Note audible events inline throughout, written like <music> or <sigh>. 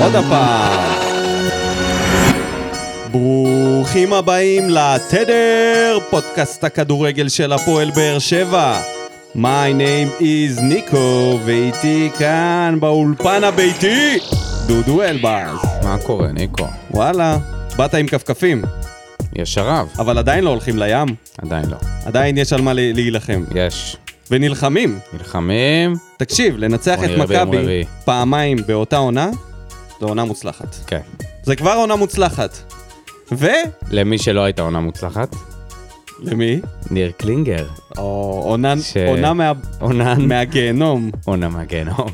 עוד הפעם. ברוכים הבאים לתדר, פודקאסט הכדורגל של הפועל באר שבע. My name is ניקו, ואיתי כאן באולפן הביתי, דודו אלבאז. מה קורה, ניקו? וואלה, באת עם כפכפים, יש שרב. אבל עדיין לא הולכים לים, עדיין לא. עדיין יש על מה לה- להילחם. יש. ונלחמים. נלחמים. תקשיב, לנצח רוני את רביעי, רוני מכבי רביעי. פעמיים באותה עונה, זו עונה מוצלחת. כן. זה כבר עונה מוצלחת. ולמי? למי שלא הייתה עונה מוצלחת? ניר קלינגר. או עונה, ש... ש- עונה מה... עונה... מהגיהנום. עונה מהגיהנום.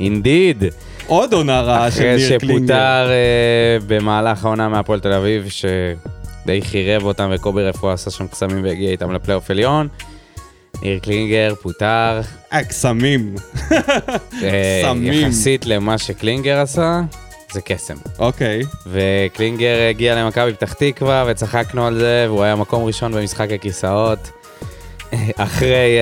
אינדיד. עוד עונה רעה אה, של אחרי ניר קלינגר. שפוטר אה, במהלך העונה מהפועל תל אביב, שדי חירב אותם וקובי רפואה עשה שם קסמים והגיע איתם לפלייאוף עליון. ניר קלינגר פוטר. הקסמים. אה, קסמים. יחסית למה שקלינגר עשה, זה קסם. אוקיי. וקלינגר הגיע למכבי פתח תקווה וצחקנו על זה, והוא היה מקום ראשון במשחק הכיסאות. <laughs> אחרי,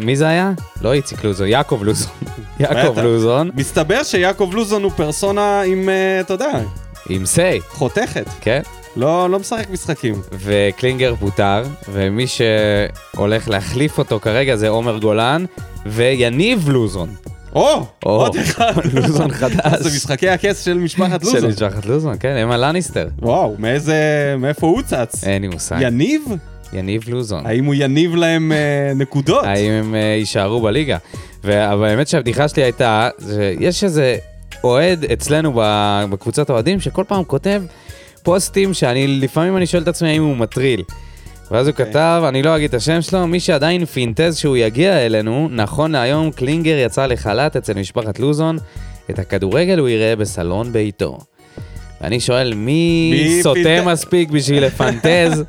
אה, מי זה היה? לא איציק לוזון, יעקב לוזון. <laughs> יעקב בטח. לוזון, מסתבר שיעקב לוזון הוא פרסונה עם, אה, אתה יודע, עם סיי, חותכת. כן? לא, לא משחק משחקים. וקלינגר פוטר, ומי שהולך להחליף אותו כרגע זה עומר גולן ויניב לוזון. או! או, עוד אחד. <laughs> לוזון חדש. זה משחקי הכס של משפחת <laughs> של לוזון. משפחת לוזון, כן, הם הלניסטר. וואו, מאיזה... מאיפה הוא צץ? אין לי מושג. יניב? יניב לוזון. האם הוא יניב להם אה, נקודות? האם הם אה, יישארו בליגה. ו- אבל האמת שהבדיחה שלי הייתה, שיש איזה אוהד אצלנו ב- בקבוצת אוהדים, שכל פעם כותב פוסטים שאני, לפעמים אני שואל את עצמי האם הוא מטריל. ואז הוא אוקיי. כתב, אני לא אגיד את השם שלו, מי שעדיין פינטז שהוא יגיע אלינו, נכון להיום קלינגר יצא לחל"ת אצל משפחת לוזון, את הכדורגל הוא יראה בסלון ביתו. ואני שואל, מי, מי סוטה פינטז? מספיק בשביל <laughs> לפנטז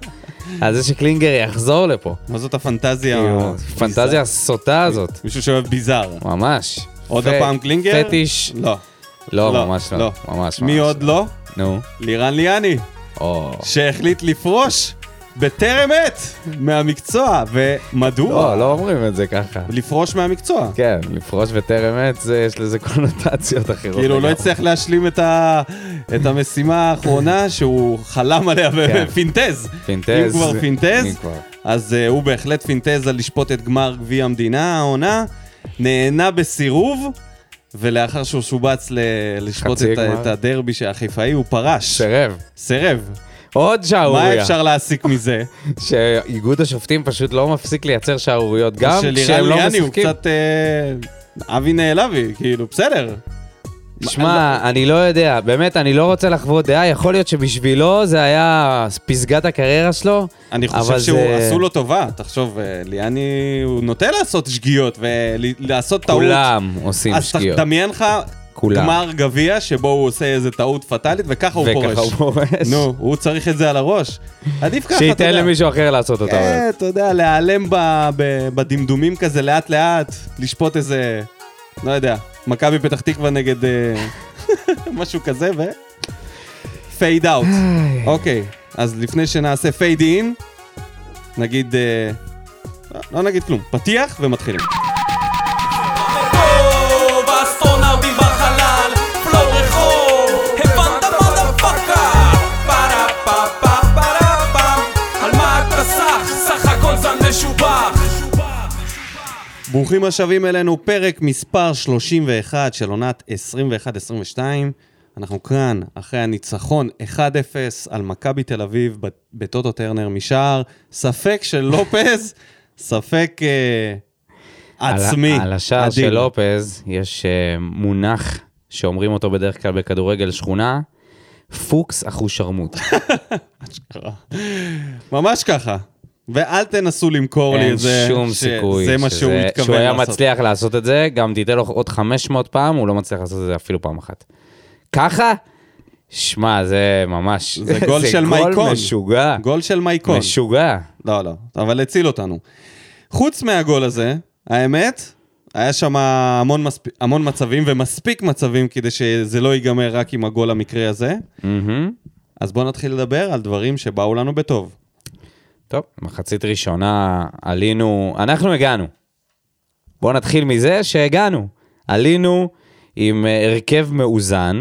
על זה שקלינגר יחזור לפה? מה זאת הפנטזיה? כאילו, הפנטזיה הסוטה אה, הזאת, מישהו שאוהב ביזאר. ממש. עוד פ- הפעם קלינגר? פטיש. לא. לא, ממש לא. ממש מי ממש עוד לא. לא? נו. לירן ליאני, או. שהחליט לפרוש בטרם עת מהמקצוע, ומדוע? לא, לא אומרים את זה ככה. לפרוש מהמקצוע. כן, לפרוש בטרם עת, זה- יש לזה קונוטציות אחרות. כאילו הוא לא לגמרי. הצליח להשלים את ה- את המשימה האחרונה שהוא חלם עליה כן. ופינטז. פינטז. אם כבר אם פינטז, כבר. אז אה, הוא בהחלט פינטז על לשפוט את גמר גביע המדינה העונה, נהנה בסירוב, ולאחר שהוא שובץ ל- לשפוט חצי את ה- גמר. את הדרבי החיפאי, הוא פרש. סירב. סירב. עוד מה שערוריה. אפשר להסיק מזה? שאיגוד השופטים פשוט לא מפסיק לייצר שערוריות, גם כשהם לא ליאני הוא משחקים. קצת אה, אבי נעלבי, כאילו, בסדר. שמע, אני לא יודע, באמת, אני לא רוצה לחוות דעה, יכול להיות שבשבילו זה היה פסגת הקריירה שלו. אני חושב אבל שהוא, זה- עשו לו טובה, תחשוב, אה, ליאני, הוא נוטה לעשות שגיאות ולעשות טעות. כולם עושים אז שגיאות. תדמיין לך כולם. גמר גביע שבו הוא עושה איזה טעות פטאלית וככה הוא פורש. וככה הוא פורש. נו, הוא צריך את זה על הראש. עדיף ככה, אתה יודע. שייתן למישהו אחר לעשות אותו. כן, אתה יודע, להיעלם ב- ב- בדמדומים כזה לאט-לאט, לשפוט איזה, לא יודע, מכבי פתח תקווה נגד אה, <laughs> משהו כזה, ו... פייד אאוט. אוקיי, אז לפני שנעשה פייד אין, נגיד... אה, לא- לא נגיד כלום, פתיח ומתחילים. רחוב, אסטרונאוטים בחלל, פלו רחוב, הבנת מה דפקה? פרה פה פה פרה פם, על מה אתה סח? סך הכל זן משובח. ברוכים השבים אלינו, פרק מספר 31 של עונת 21-22. אנחנו כאן אחרי הניצחון 1-0 על מכבי תל אביב ב- בטוטו טרנר משער. ספק של לופז, <laughs> ספק אה, על ה- עצמי. על השער אדיר. של לופז יש אה, מונח שאומרים אותו בדרך כלל בכדורגל שכונה, פוקס <laughs> אחושרמוט. ממש ככה. ואל תנסו למכור לי אין את זה, שום ש- סיכוי זה מה שזה- שהוא התכוון שהוא היה לעשות. מצליח לעשות את זה, גם תיתן לו עוד 500 פעם, הוא לא מצליח לעשות את זה אפילו פעם אחת. ככה? שמע, זה ממש... זה גול של זה מייקון. גול משוגע. גול של מייקון. משוגע. לא, לא, אבל הציל אותנו. חוץ מהגול הזה, האמת, היה שם המון, מספ... המון מצבים ומספיק מצבים כדי שזה לא ייגמר רק עם הגול המקרה הזה. מהמם. אז בואו נתחיל לדבר על דברים שבאו לנו בטוב. טוב, מחצית ראשונה עלינו, אנחנו הגענו. בואו נתחיל מזה שהגענו. עלינו עם אה, הרכב מאוזן,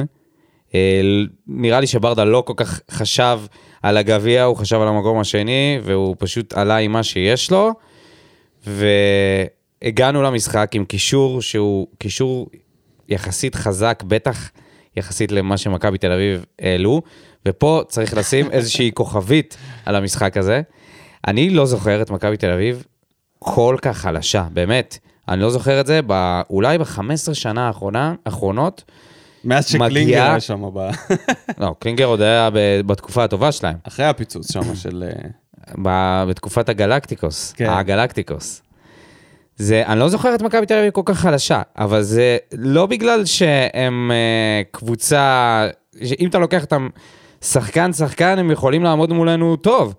אה, נראה לי שברדה לא כל כך חשב על הגביע, הוא חשב על המקום השני, והוא פשוט עלה עם מה שיש לו. והגענו למשחק עם קישור שהוא קישור יחסית חזק, בטח יחסית למה שמכבי תל אביב העלו, ופה צריך לשים איזושהי כוכבית על המשחק הזה. אני לא זוכר את מכבי תל אביב כל כך חלשה, באמת. אני לא זוכר את זה, ב, אולי ב-15 שנה האחרונה, האחרונות, מאז שקלינגר מגיעה- היה שם, ב- <laughs> לא, קלינגר עוד היה ב- בתקופה הטובה שלהם, אחרי הפיצוץ שם של... אה, ב- בתקופת הגלקטיקוס, כן. כן. הגלקטיקוס. זה, אני לא זוכר את מכבי תל אביב כל כך חלשה, אבל זה לא בגלל שהם אה, קבוצה, שאם אתה לוקח אותם שחקן שחקן, הם יכולים לעמוד מולנו טוב.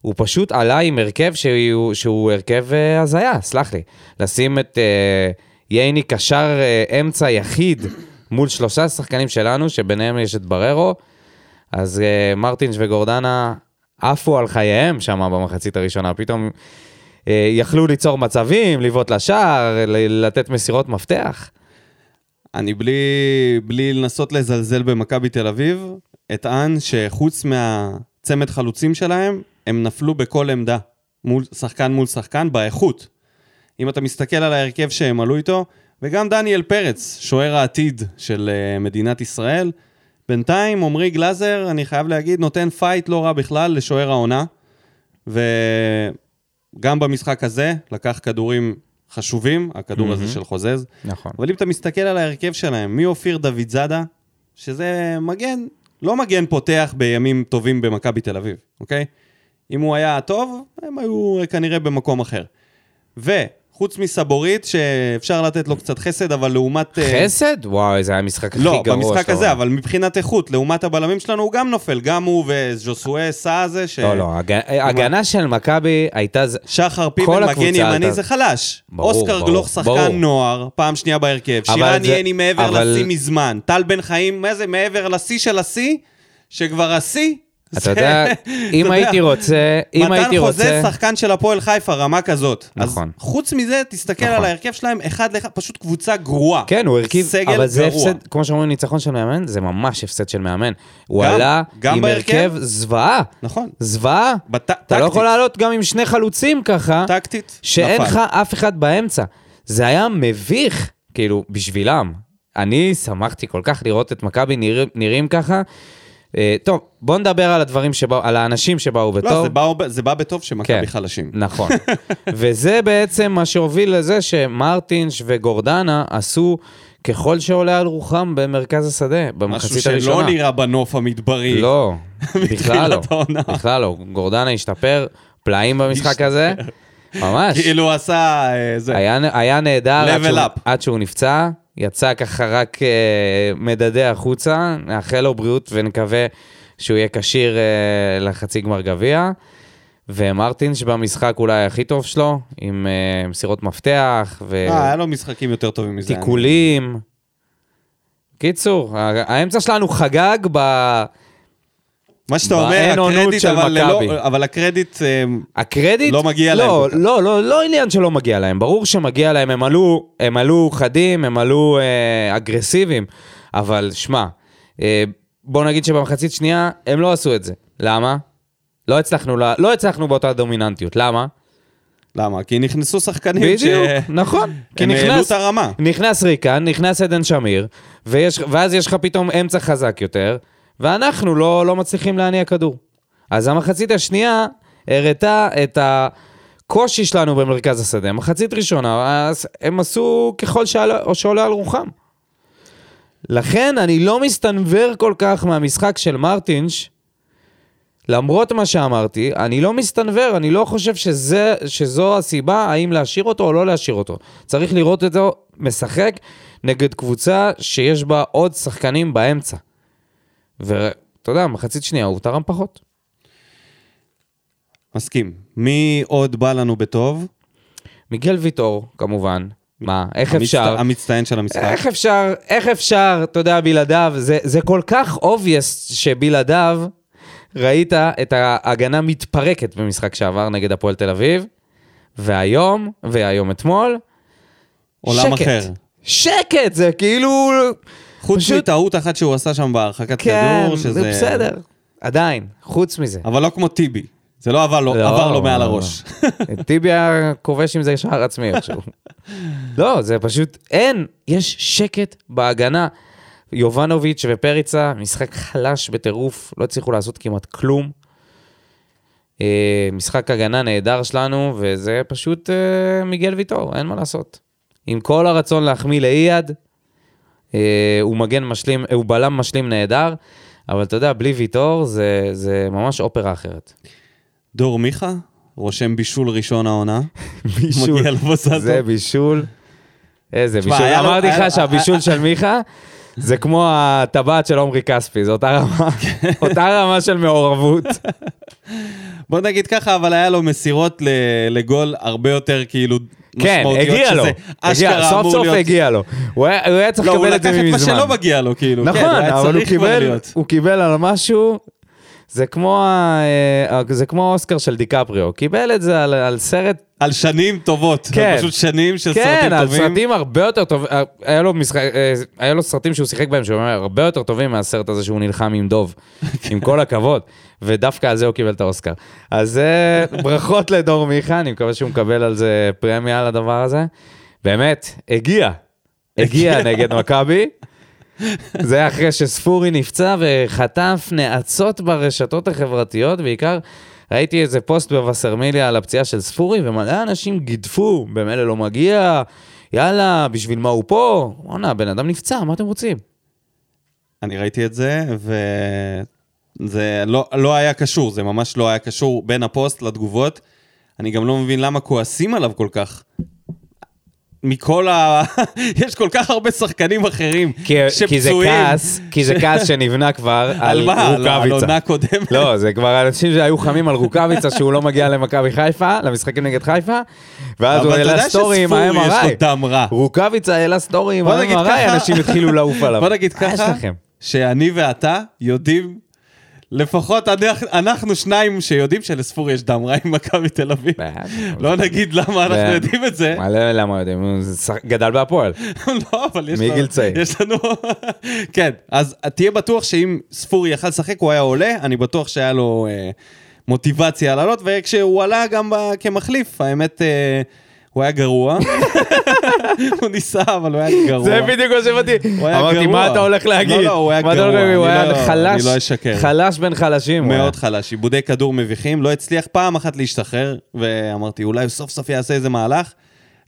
הוא פשוט עלה עם הרכב שהוא, שהוא הרכב אה, הזיה, סלח לי. לשים את אה, ייני קשר אה, אמצע יחיד מול שלושה שחקנים שלנו, שביניהם יש את בררו, אז אה, מרטינש וגורדנה עפו על חייהם שם במחצית הראשונה, פתאום אה, יכלו ליצור מצבים, לבעוט לשער, ל- לתת מסירות מפתח. אני בלי, בלי לנסות לזלזל במכבי תל אביב, אטען שחוץ מהצמד חלוצים שלהם, הם נפלו בכל עמדה, מול, שחקן מול שחקן, באיכות. אם אתה מסתכל על ההרכב שהם עלו איתו, וגם דניאל פרץ, שוער העתיד של אה, מדינת ישראל, בינתיים עמרי גלאזר, אני חייב להגיד, נותן פייט לא רע בכלל לשוער העונה, וגם במשחק הזה לקח כדורים חשובים, הכדור הזה של חוזז. נכון. אבל אם אתה מסתכל על ההרכב שלהם, מי אופיר דוד זאדה, שזה מגן, לא מגן פותח בימים טובים במכבי תל אביב, אוקיי? אם הוא היה טוב, הם היו כנראה במקום אחר. וחוץ מסבורית, שאפשר לתת לו קצת חסד, אבל לעומת... אה, חסד? וואי, זה היה המשחק הכי לא, גרוע. במשחק שאתה הזה, רואה. אבל מבחינת איכות, לעומת הבלמים שלנו, הוא גם נופל, גם הוא וז'וסואה סאזה, ש... לא, לא, הג- ההגנה של מכבי הייתה... ז- שחר כל פיבל, הקבוצה מגן ימני עלתה. זה חלש. ברור, אוסקר ברור, גלוך, שחקן ברור. נוער, פעם שנייה בהרכב. אבל שירן זה- יני מעבר אבל- לשיא מזמן. טל בן חיים, מה זה, מעבר לשיא של השיא, שכבר השיא... אתה זה- יודע, אם <laughs> אתה יודע, הייתי רוצה, אם הייתי מתן רוצה... חוזה שחקן של הפועל חיפה, רמה כזאת. נכון. אז חוץ מזה, תסתכל נכון. על ההרכב שלהם, אחד לאחד, פשוט קבוצה גרועה. כן, הוא הרכיב, סגל אבל זה גרוע. הפסד, כמו שאומרים, ניצחון של מאמן, זה ממש הפסד של מאמן. הוא גם- עלה גם עם בהרכב? הרכב זוועה, נכון. זוועה. בט- אתה לא טקטית. יכול לעלות גם עם שני חלוצים ככה, טקטית, שאין נפל. לך אף אחד באמצע. זה היה מביך, כאילו, בשבילם. אני שמחתי כל כך לראות את מכבי נראים- נראים ככה. אה, טוב, בוא נדבר על הדברים שבאו, על האנשים שבאו בטוב. לא, זה בא, זה בא בטוב שמכבי כן. חלשים. <laughs> נכון. וזה בעצם מה שהוביל לזה שמרטינש וגורדנה עשו ככל שעולה על רוחם במרכז השדה, משהו במחצית הראשונה. שלא נראה בנוף המדברי. <laughs> לא, בכלל לא. מתחילת העונה. בכלל לא. גורדנה השתפר, פלאים במשחק הזה. <laughs> ממש. כאילו עשה... אה, זה. היה, היה נהדר עד Level שהוא, up. עד שהוא נפצע, יצא ככה רק אה, מדדה החוצה, נאחל לו בריאות ונקווה שהוא יהיה כשיר אה, לחצי גמר גביע. ומרטינש במשחק אולי הכי טוב שלו, עם אה, מסירות מפתח אה, היה לו משחקים יותר טובים מזה. ותיקולים. קיצור, ה- האמצע שלנו חגג ב... מה שאתה באין אומר, עונות הקרדיט, של אבל ללא- מכבי. אבל הקרדיט... אה, הקרדיט... לא מגיע להם לא, כל כך. לא, לא, לא עניין שלא מגיע להם. ברור שמגיע להם, הם עלו, הם עלו חדים, הם עלו אה, אגרסיביים, אבל שמע, אה, בוא נגיד שבמחצית שנייה הם לא עשו את זה. למה? לא הצלחנו, לה- לא הצלחנו באותה דומיננטיות. למה? למה? כי נכנסו שחקנים ש... בדיוק, נכון. כי הם העלו נכנס, את הרמה. נכנס ריקן, נכנס עדן שמיר, ויש, ואז יש לך פתאום אמצע חזק יותר, ואנחנו לא, לא מצליחים להניע כדור. אז המחצית השנייה הראתה את הקושי שלנו במרכז השדה. מחצית ראשונה, אז הם עשו ככל שעלה, או שעולה על רוחם. לכן אני לא מסתנוור כל כך מהמשחק של מרטינש, למרות מה שאמרתי, אני לא מסתנוור, אני לא חושב שזה, שזו הסיבה האם להשאיר אותו או לא להשאיר אותו. צריך לראות אותו משחק נגד קבוצה שיש בה עוד שחקנים באמצע. ואתה יודע, מחצית שנייה הוא תרם פחות. מסכים. מי עוד בא לנו בטוב? מיגל ויטור, כמובן. מה, איך המצט- אפשר? המצטיין של המשחק. איך אפשר, איך אפשר, אתה יודע, בלעדיו, זה, זה כל כך obvious שבלעדיו ראית את ההגנה מתפרקת במשחק שעבר נגד הפועל תל אביב, והיום, והיום אתמול, עולם שקט. אחר. שקט, זה כאילו... חוץ פשוט- מטעות אחת שהוא עשה שם בהרחקת כן, כדור, שזה... זה בסדר. עדיין, חוץ מזה. אבל לא כמו טיבי. זה לא עבר לו, לא, עבר לו מעל לא, הראש. טיבי היה כובש עם זה שער עצמי איכשהו. לא, זה פשוט, אין, יש שקט בהגנה. יובנוביץ' ופריצה, משחק חלש בטירוף, לא הצליחו לעשות כמעט כלום. אה, משחק הגנה נהדר שלנו, וזה פשוט אה, מיגל ויטור, אין מה לעשות. עם כל הרצון להחמיא לאייד, אה, הוא מגן משלים, אה, הוא בלם משלים נהדר, אבל אתה יודע, בלי ויטור זה, זה ממש אופרה אחרת. דור מיכה רושם בישול ראשון העונה. בישול. מגיע לבוסטו. זה בישול. איזה תשמע, בישול. היה לו- אמרתי היה לו- לך שהבישול של מיכה זה כמו הטבעת של עומרי כספי, זו אותה רמה- כן. אותה רמה של <laughs> מעורבות. בוא נגיד ככה, אבל היה לו מסירות ל- לגול הרבה יותר כאילו כן, משמעותיות, הגיע לו. שזה הגיע, אשכרה סוף אמור סוף להיות- הגיע לו. הוא היה הוא היה צריך לא, הוא לקבל את לקח זה את מה מזמן. שלא מגיע לו, כאילו. כן, נכון, היה אבל הוא צריך כבר קיבל, להיות. הוא קיבל על משהו, זה כמו ה- אה, זה כמו האוסקר של דיקפריו, הוא קיבל את זה על- על סרט על שנים טובות. כן. על פשוט שנים של כן, סרטים על טובים. סרטים הרבה יותר טובים. היה לו משחק, אה, היה לו סרטים שהוא שיחק בהם, שהוא אומר, הרבה יותר טובים מהסרט הזה שהוא נלחם עם <laughs> דוב. עם כל הכבוד. ודווקא על זה הוא קיבל את האוסקר. אז אה, ברכות לדור מיכה, אני מקווה שהוא מקבל על זה פרמיה על הדבר הזה. באמת, הגיע. הגיע נגד מכבי. זה היה אחרי שספורי נפצע וחטף נאצות ברשתות החברתיות, בעיקר ראיתי איזה פוסט בווסרמיליה על הפציעה של ספורי, ומלא אנשים גידפו, במילא לא מגיע, יאללה, בשביל מה הוא פה? בואנה, הבן אדם נפצע, מה אתם רוצים? אני ראיתי את זה, וזה לא, לא היה קשור, זה ממש לא היה קשור בין הפוסט לתגובות. אני גם לא מבין למה כועסים עליו כל כך. מכל ה... <laughs> יש כל כך הרבה שחקנים אחרים כי, כי זה שפצועים. כעס, כי זה כעס שנבנה <laughs> כבר על, על מה? על- על רוקאביצה. עונה קודמת. לא, זה כבר אנשים שהיו חמים על רוקאביצה שהוא לא מגיע למכבי חיפה, למשחקים נגד חיפה, ואז הוא אבל אתה העלה יודע סטורי עם שספורי יש ה-MRI. לו דם רע. רוקאביצה העלה סטורי עם בוא נגיד ה-MRI, ככה- אנשים התחילו לעוף עליו. בוא נגיד מה יש ככה, לכם? שאני ואתה יודעים, לפחות אנחנו- אנחנו שניים שיודעים שלספורי יש דם רע עם מכבי תל אביב. בעד. לא נגיד למה אנחנו בעד. יודעים את זה. מלא למה יודעים, הוא שח- גדל בהפועל. <laughs> לא, אבל יש מגיל צעיר. יש לנו... <laughs> כן, אז תהיה בטוח שאם ספורי יכל לשחק, הוא היה עולה, אני בטוח שהיה לו אה, מוטיבציה לעלות, וכשהוא עלה גם ב- כמחליף, האמת, אה, הוא היה גרוע. <laughs> הוא ניסה, אבל הוא היה גרוע. זה בדיוק מה שבאתי. הוא היה אמרתי, גרוע. מה אתה הולך לא, להגיד? לא, הוא היה מה אתה הולך גרוע, להגיד? הוא אני היה לא- חלש, אני לא אשקר. חלש בין חלשים. אה, הוא היה. מאוד חלש, עיבודי כדור מביכים, לא הצליח פעם אחת להשתחרר, ואמרתי, אולי סוף סוף יעשה איזה מהלך.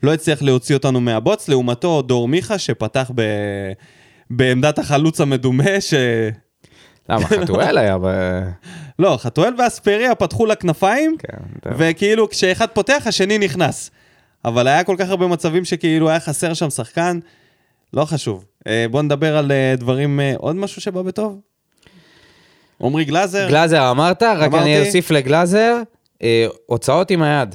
לא הצליח להוציא אותנו מהבוץ, לעומתו דור מיכה שפתח ב... בעמדת החלוץ המדומה, ש... למה, חתואל היה ב... לא, חתואל ואספריה פתחו לכנפיים, כן, אתה- וכאילו כשאחד פותח, השני נכנס. אבל היה כל כך הרבה מצבים שכאילו היה חסר שם שחקן, לא חשוב. אה, בוא נדבר על אה, דברים, אה, עוד משהו שבא בטוב? עמרי גלאזר? גלאזר אמרת, רק אמרתי. אני אוסיף לגלאזר, אה, הוצאות עם היד.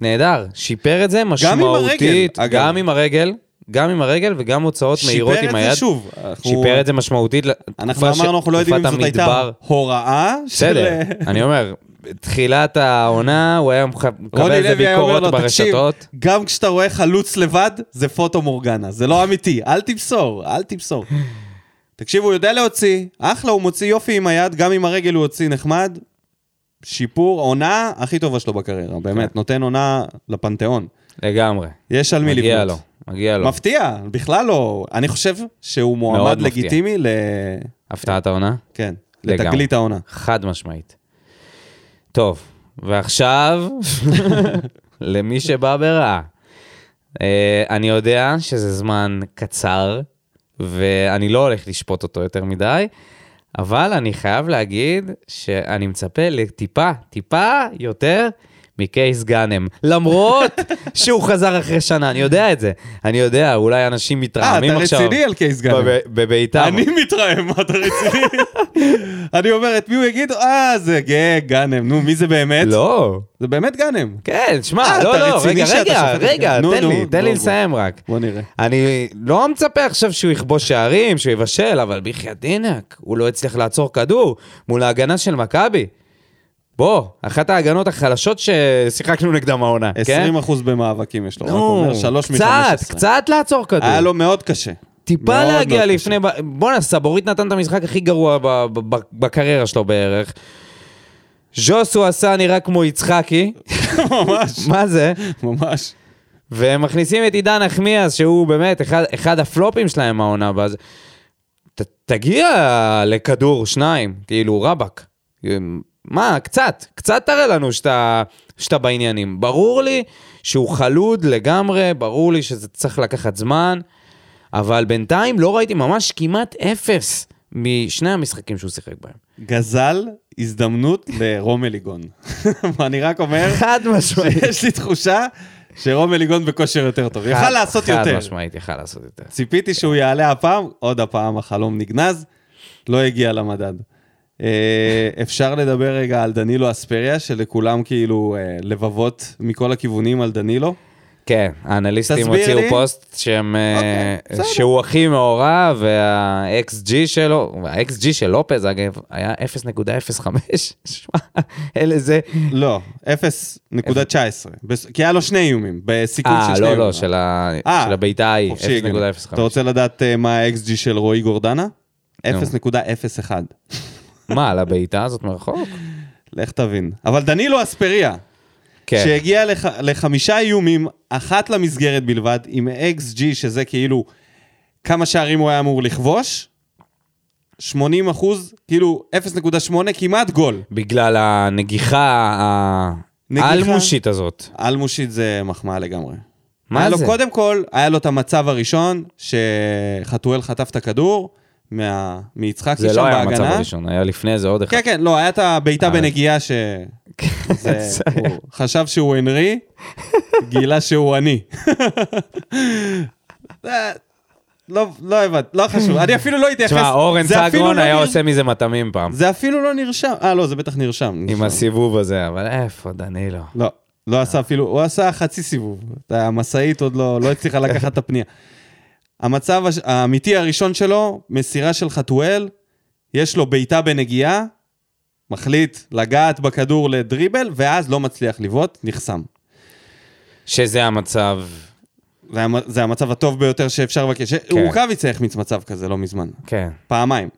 נהדר, שיפר את זה הרגל, משמעותית. אגב. גם עם הרגל, גם עם הרגל וגם הוצאות מהירות עם שיפר את היד. זה שוב. אנחנו- שיפר את זה משמעותית. אנחנו לתקופה ש- אמרנו, אנחנו לא יודעים אם תקופת זאת הייתה המדבר. הוראה. של- אה, <laughs> בסדר, אני אומר, תחילת העונה, הוא היה מח- מקבל רוני איזה לוי היה אומר ביקורות לו, תקשיב, ברשתות. גם כשאתה רואה חלוץ לבד, זה פוטו מורגנה, זה לא אמיתי, אל תמסור, אל תמסור. תקשיב, הוא יודע להוציא, אחלה, הוא מוציא יופי עם היד, גם עם הרגל הוא הוציא נחמד. שיפור, עונה הכי טובה שלו בקריירה, באמת, כן. נותן עונה לפנתיאון. לגמרי. יש על מי לבנות. מגיע לו, מגיע לו. לא. מפתיע, בכלל לא. אני חושב שהוא מועמד מפתיע. לגיטימי ל... הפתעת העונה? כן, לגמרי. לתגלית העונה. אה, חד משמעית. טוב, ועכשיו, <laughs> למי שבא ברע. אה, אני יודע שזה זמן קצר, ואני לא הולך לשפוט אותו יותר מדי, אבל אני חייב להגיד שאני מצפה לטיפה, טיפה יותר מקייס גאנם. למרות שהוא חזר אחרי שנה, אני יודע את זה. אני יודע, אולי אנשים אה, מתרעמים אתה עכשיו. רציני על קייס גאנם. בב- בביתם. אני מתרעם, אתה רציני? <laughs> אני אומר, את מי הוא יגיד? אה, זה גאה, גאנם. נו, מי זה באמת? לא. זה באמת גאנם. כן, שמע, אה, לא, אתה לא, רציני רגע, שאתה רגע, שופט את רגע, זה? נו, תן נו, לי, תן בוא, לי בוא. לסיים רק. בוא נראה. אני לא מצפה עכשיו שהוא יכבוש שערים, שהוא יבשל, אבל בחייאת דינק, הוא לא הצליח לעצור כדור מול ההגנה של מכבי. בוא, אחת ההגנות החלשות ששיחקנו נגדם העונה, כן? 20% במאבקים יש לו, רק נו, אומר 3 מ-15. קצת, קצת לעצור כדור. <laughs> היה לו מאוד קשה. טיפה מאוד להגיע מאוד לפני... ב- בואנה, סבורית נתן את המשחק הכי גרוע ב- ב- ב- בקריירה שלו בערך. ז'וסו עשה נראה <laughs> כמו יצחקי, ממש, מה זה? ממש. והם מכניסים את עידן נחמיאס, שהוא באמת אחד, אחד הפלופים שלהם העונה בה. אז ת, תגיע לכדור שניים, כאילו רבאק. מה, קצת, קצת תראה לנו שאתה, שאתה בעניינים. ברור לי שהוא חלוד לגמרי, ברור לי שזה צריך לקחת זמן, אבל בינתיים לא ראיתי ממש כמעט אפס משני המשחקים שהוא שיחק בהם. גזל הזדמנות לרום אליגון. <laughs> אני רק <laughs> אומר, חד משמעית. יש לי תחושה שרום אליגון בכושר יותר טוב. יכל לעשות חד יותר. משמעית, יכל לעשות יותר. ציפיתי שהוא יעלה הפעם, עוד הפעם החלום נגנז, לא הגיע למדד. אה, אפשר לדבר רגע על דנילו אספריה, שלכולם כאילו אה, לבבות מכל הכיוונים על דנילו. כן, האנליסטים תסביר הוציאו לי. פוסט שהם, אה, אוקיי, בסדר. שהוא הכי מעורב, וה-XG שלו, ה-XG של לופז, אגב, היה 0.05. <laughs> שמע, אלה זה... לא, 0.19, בס- כי היה לו שני איומים, בסיכון של אה, שני לא, איומים. לא, של ה- אה, של הבעיטה ההיא, חופשי הגיוני. אתה 0.05. רוצה לדעת אה, מה ה-XG של רועי גורדנה? 0.01. מה, על הבעיטה הזאת <laughs> מרחוק? לך תבין. אבל דנילו אספריה, כן, שהגיע לח... לחמישה איומים, אחת למסגרת בלבד, עם XG, שזה כאילו כמה שערים הוא היה אמור לכבוש, 80 אחוז, כאילו 0.8, כמעט גול. בגלל הנגיחה נגיחה? האלמושית הזאת. אלמושית זה מחמאה לגמרי. מה היה זה? לו קודם כל, היה לו את המצב הראשון, שחתואל חטף את הכדור מה... מיצחקי שם זה בהגנה. לא היה המצב הראשון, היה לפני זה עוד אחד. כן, כן, לא, היה את הבעיטה אה. בנגיעה <laughs> ש... זה- זה- הוא חשב שהוא הנרי, גילה שהוא <laughs> אני. אה, זה- לא, לא הבנתי, לא חשוב, אני אפילו לא אתייחס. תשמע, אורן זה אפילו סגרון לא היה נר- עושה מזה מטעמים פעם, זה אפילו לא נרשם, אה, לא, זה בטח נרשם. עם נרשם. הסיבוב הזה, אבל איפה דנילו? לא, לא עשה אפילו, הוא עשה חצי סיבוב. המשאית עוד לא, לא הצליחה לקחת את הפנייה. המצב הש- האמיתי הראשון שלו, מסירה של חתואל, יש לו בעיטה בנגיעה, מחליט לגעת בכדור לדריבל, ואז לא מצליח לבעוט, נחסם. שזה המצב. זה, המ- זה המצב הטוב ביותר שאפשר לבקש. כן. רוקאביצה החמיץ מצב כזה לא מזמן, כן. פעמיים.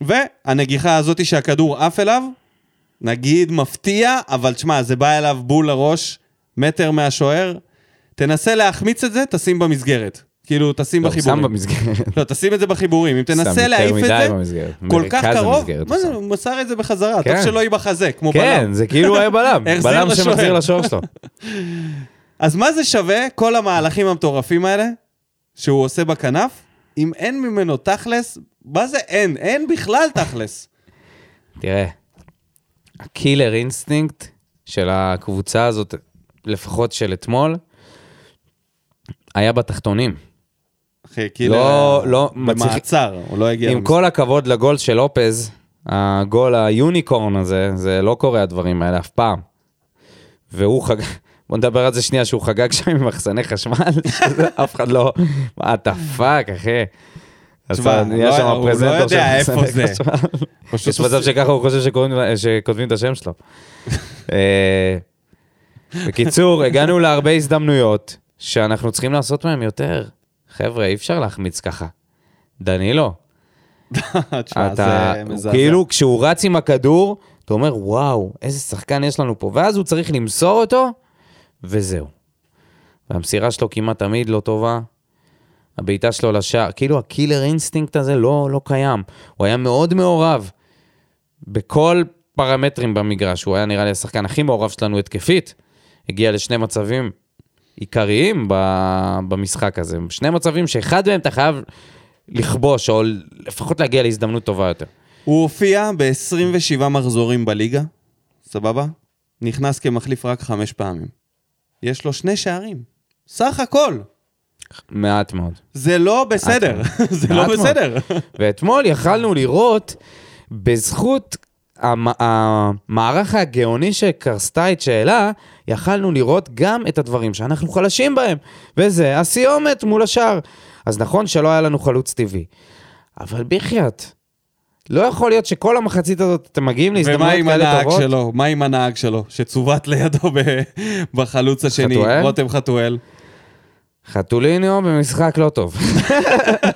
והנגיחה הזאת שהכדור עף אליו, נגיד מפתיע, אבל תשמע, זה בא אליו בול לראש, מטר מהשוער. תנסה להחמיץ את זה, תשים במסגרת. כאילו, תשים לא, הוא בחיבורים. שם במסגרת. לא, תשים את זה בחיבורים. אם שם תנסה יותר להעיף את מדי זה, במסגרת. כל מרכז כך קרוב, המסגרת מה הוא זה, שם. הוא מסר את זה בחזרה, טוב כן. שלא היא בחזה, כמו בלם. כן, זה כאילו היה בלם. <laughs> החזיר בלם לשוער. שמחזיר לשוער שלו. אז מה זה שווה, כל המהלכים המטורפים האלה, שהוא עושה בכנף, אם אין ממנו תכלס, מה זה אין? אין בכלל תכלס. תראה, הקילר אינסטינקט של הקבוצה הזאת, לפחות של אתמול, היה בתחתונים. אחי, כאילו... לא- לא מצליח- במעצר, הוא לא הגיע... עם למשחק. כל הכבוד לגול של לופז, הגול היוניקורן הזה, זה לא קורה הדברים האלה אף פעם. והוא חגג, <laughs> בוא נדבר על זה שנייה, שהוא חגג שם עם מחסני חשמל, <laughs> שזה אף אחד לא, מה אתה פאק, אחי. אז תשמע, אתה נהיה לא- שם הוא לא הפרזנטור של יודע איפה מחסני זה. חשמל. פשוט יש מצב עושה- שככה הוא חושב שקוראים- שכותבים את השם שלו. אה, בקיצור, הגענו להרבה הזדמנויות שאנחנו צריכים לעשות מהן יותר. חבר'ה, אי אפשר להחמיץ ככה. דנילו, <laughs> תשמע, אתה, זה הוא מזעזע. כאילו כשהוא רץ עם הכדור, אתה אומר, וואו, איזה שחקן יש לנו פה, ואז הוא צריך למסור אותו, וזהו. והמסירה שלו כמעט תמיד לא טובה. הבעיטה שלו לשער, כאילו הקילר אינסטינקט הזה לא, לא קיים. הוא היה מאוד מעורב בכל פרמטרים במגרש. הוא היה נראה לי השחקן הכי מעורב שלנו התקפית. הגיע לשני מצבים עיקריים ב- במשחק הזה. שני מצבים שאחד מהם אתה חייב לכבוש, או לפחות להגיע להזדמנות טובה יותר. הוא הופיע ב-27 מחזורים בליגה, סבבה? נכנס כמחליף רק חמש פעמים. יש לו שני שערים. סך הכל. מעט מאוד. זה לא בסדר. <laughs> זה לא מעט מאוד. <laughs> בסדר. ואתמול יכלנו לראות, בזכות המ- המערך הגאוני שקרסתה את שאלה, יכלנו לראות גם את הדברים שאנחנו חלשים בהם, וזה הסיומת מול השאר. אז נכון שלא היה לנו חלוץ טבעי, אבל בחייאת, לא יכול להיות שכל המחצית הזאת אתם מגיעים ומה להזדמנויות עם כאלה הנהג טובות. שלו? מה עם הנהג שלו? שצוות לידו ב- <laughs> בחלוץ השני, חתואל? רותם חתואל. חתוליניו במשחק לא טוב. <laughs>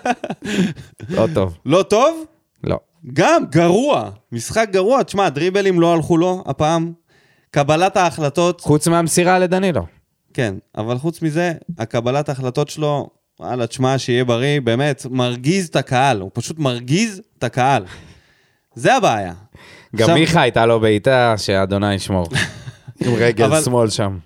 לא טוב, לא טוב? לא. גם, גרוע. משחק גרוע. תשמע, הדריבלים לא הלכו לו הפעם. קבלת ההחלטות, חוץ מהמסירה לדנילו. כן, אבל חוץ מזה, הקבלת ההחלטות שלו, וואלה, תשמע, שיהיה בריא, באמת, מרגיז את הקהל. הוא פשוט מרגיז את הקהל. זה הבעיה. גם עכשיו- מיכה הייתה לו בעיטה שאדוני ישמור. <laughs> עם רגל אבל- שמאל שם.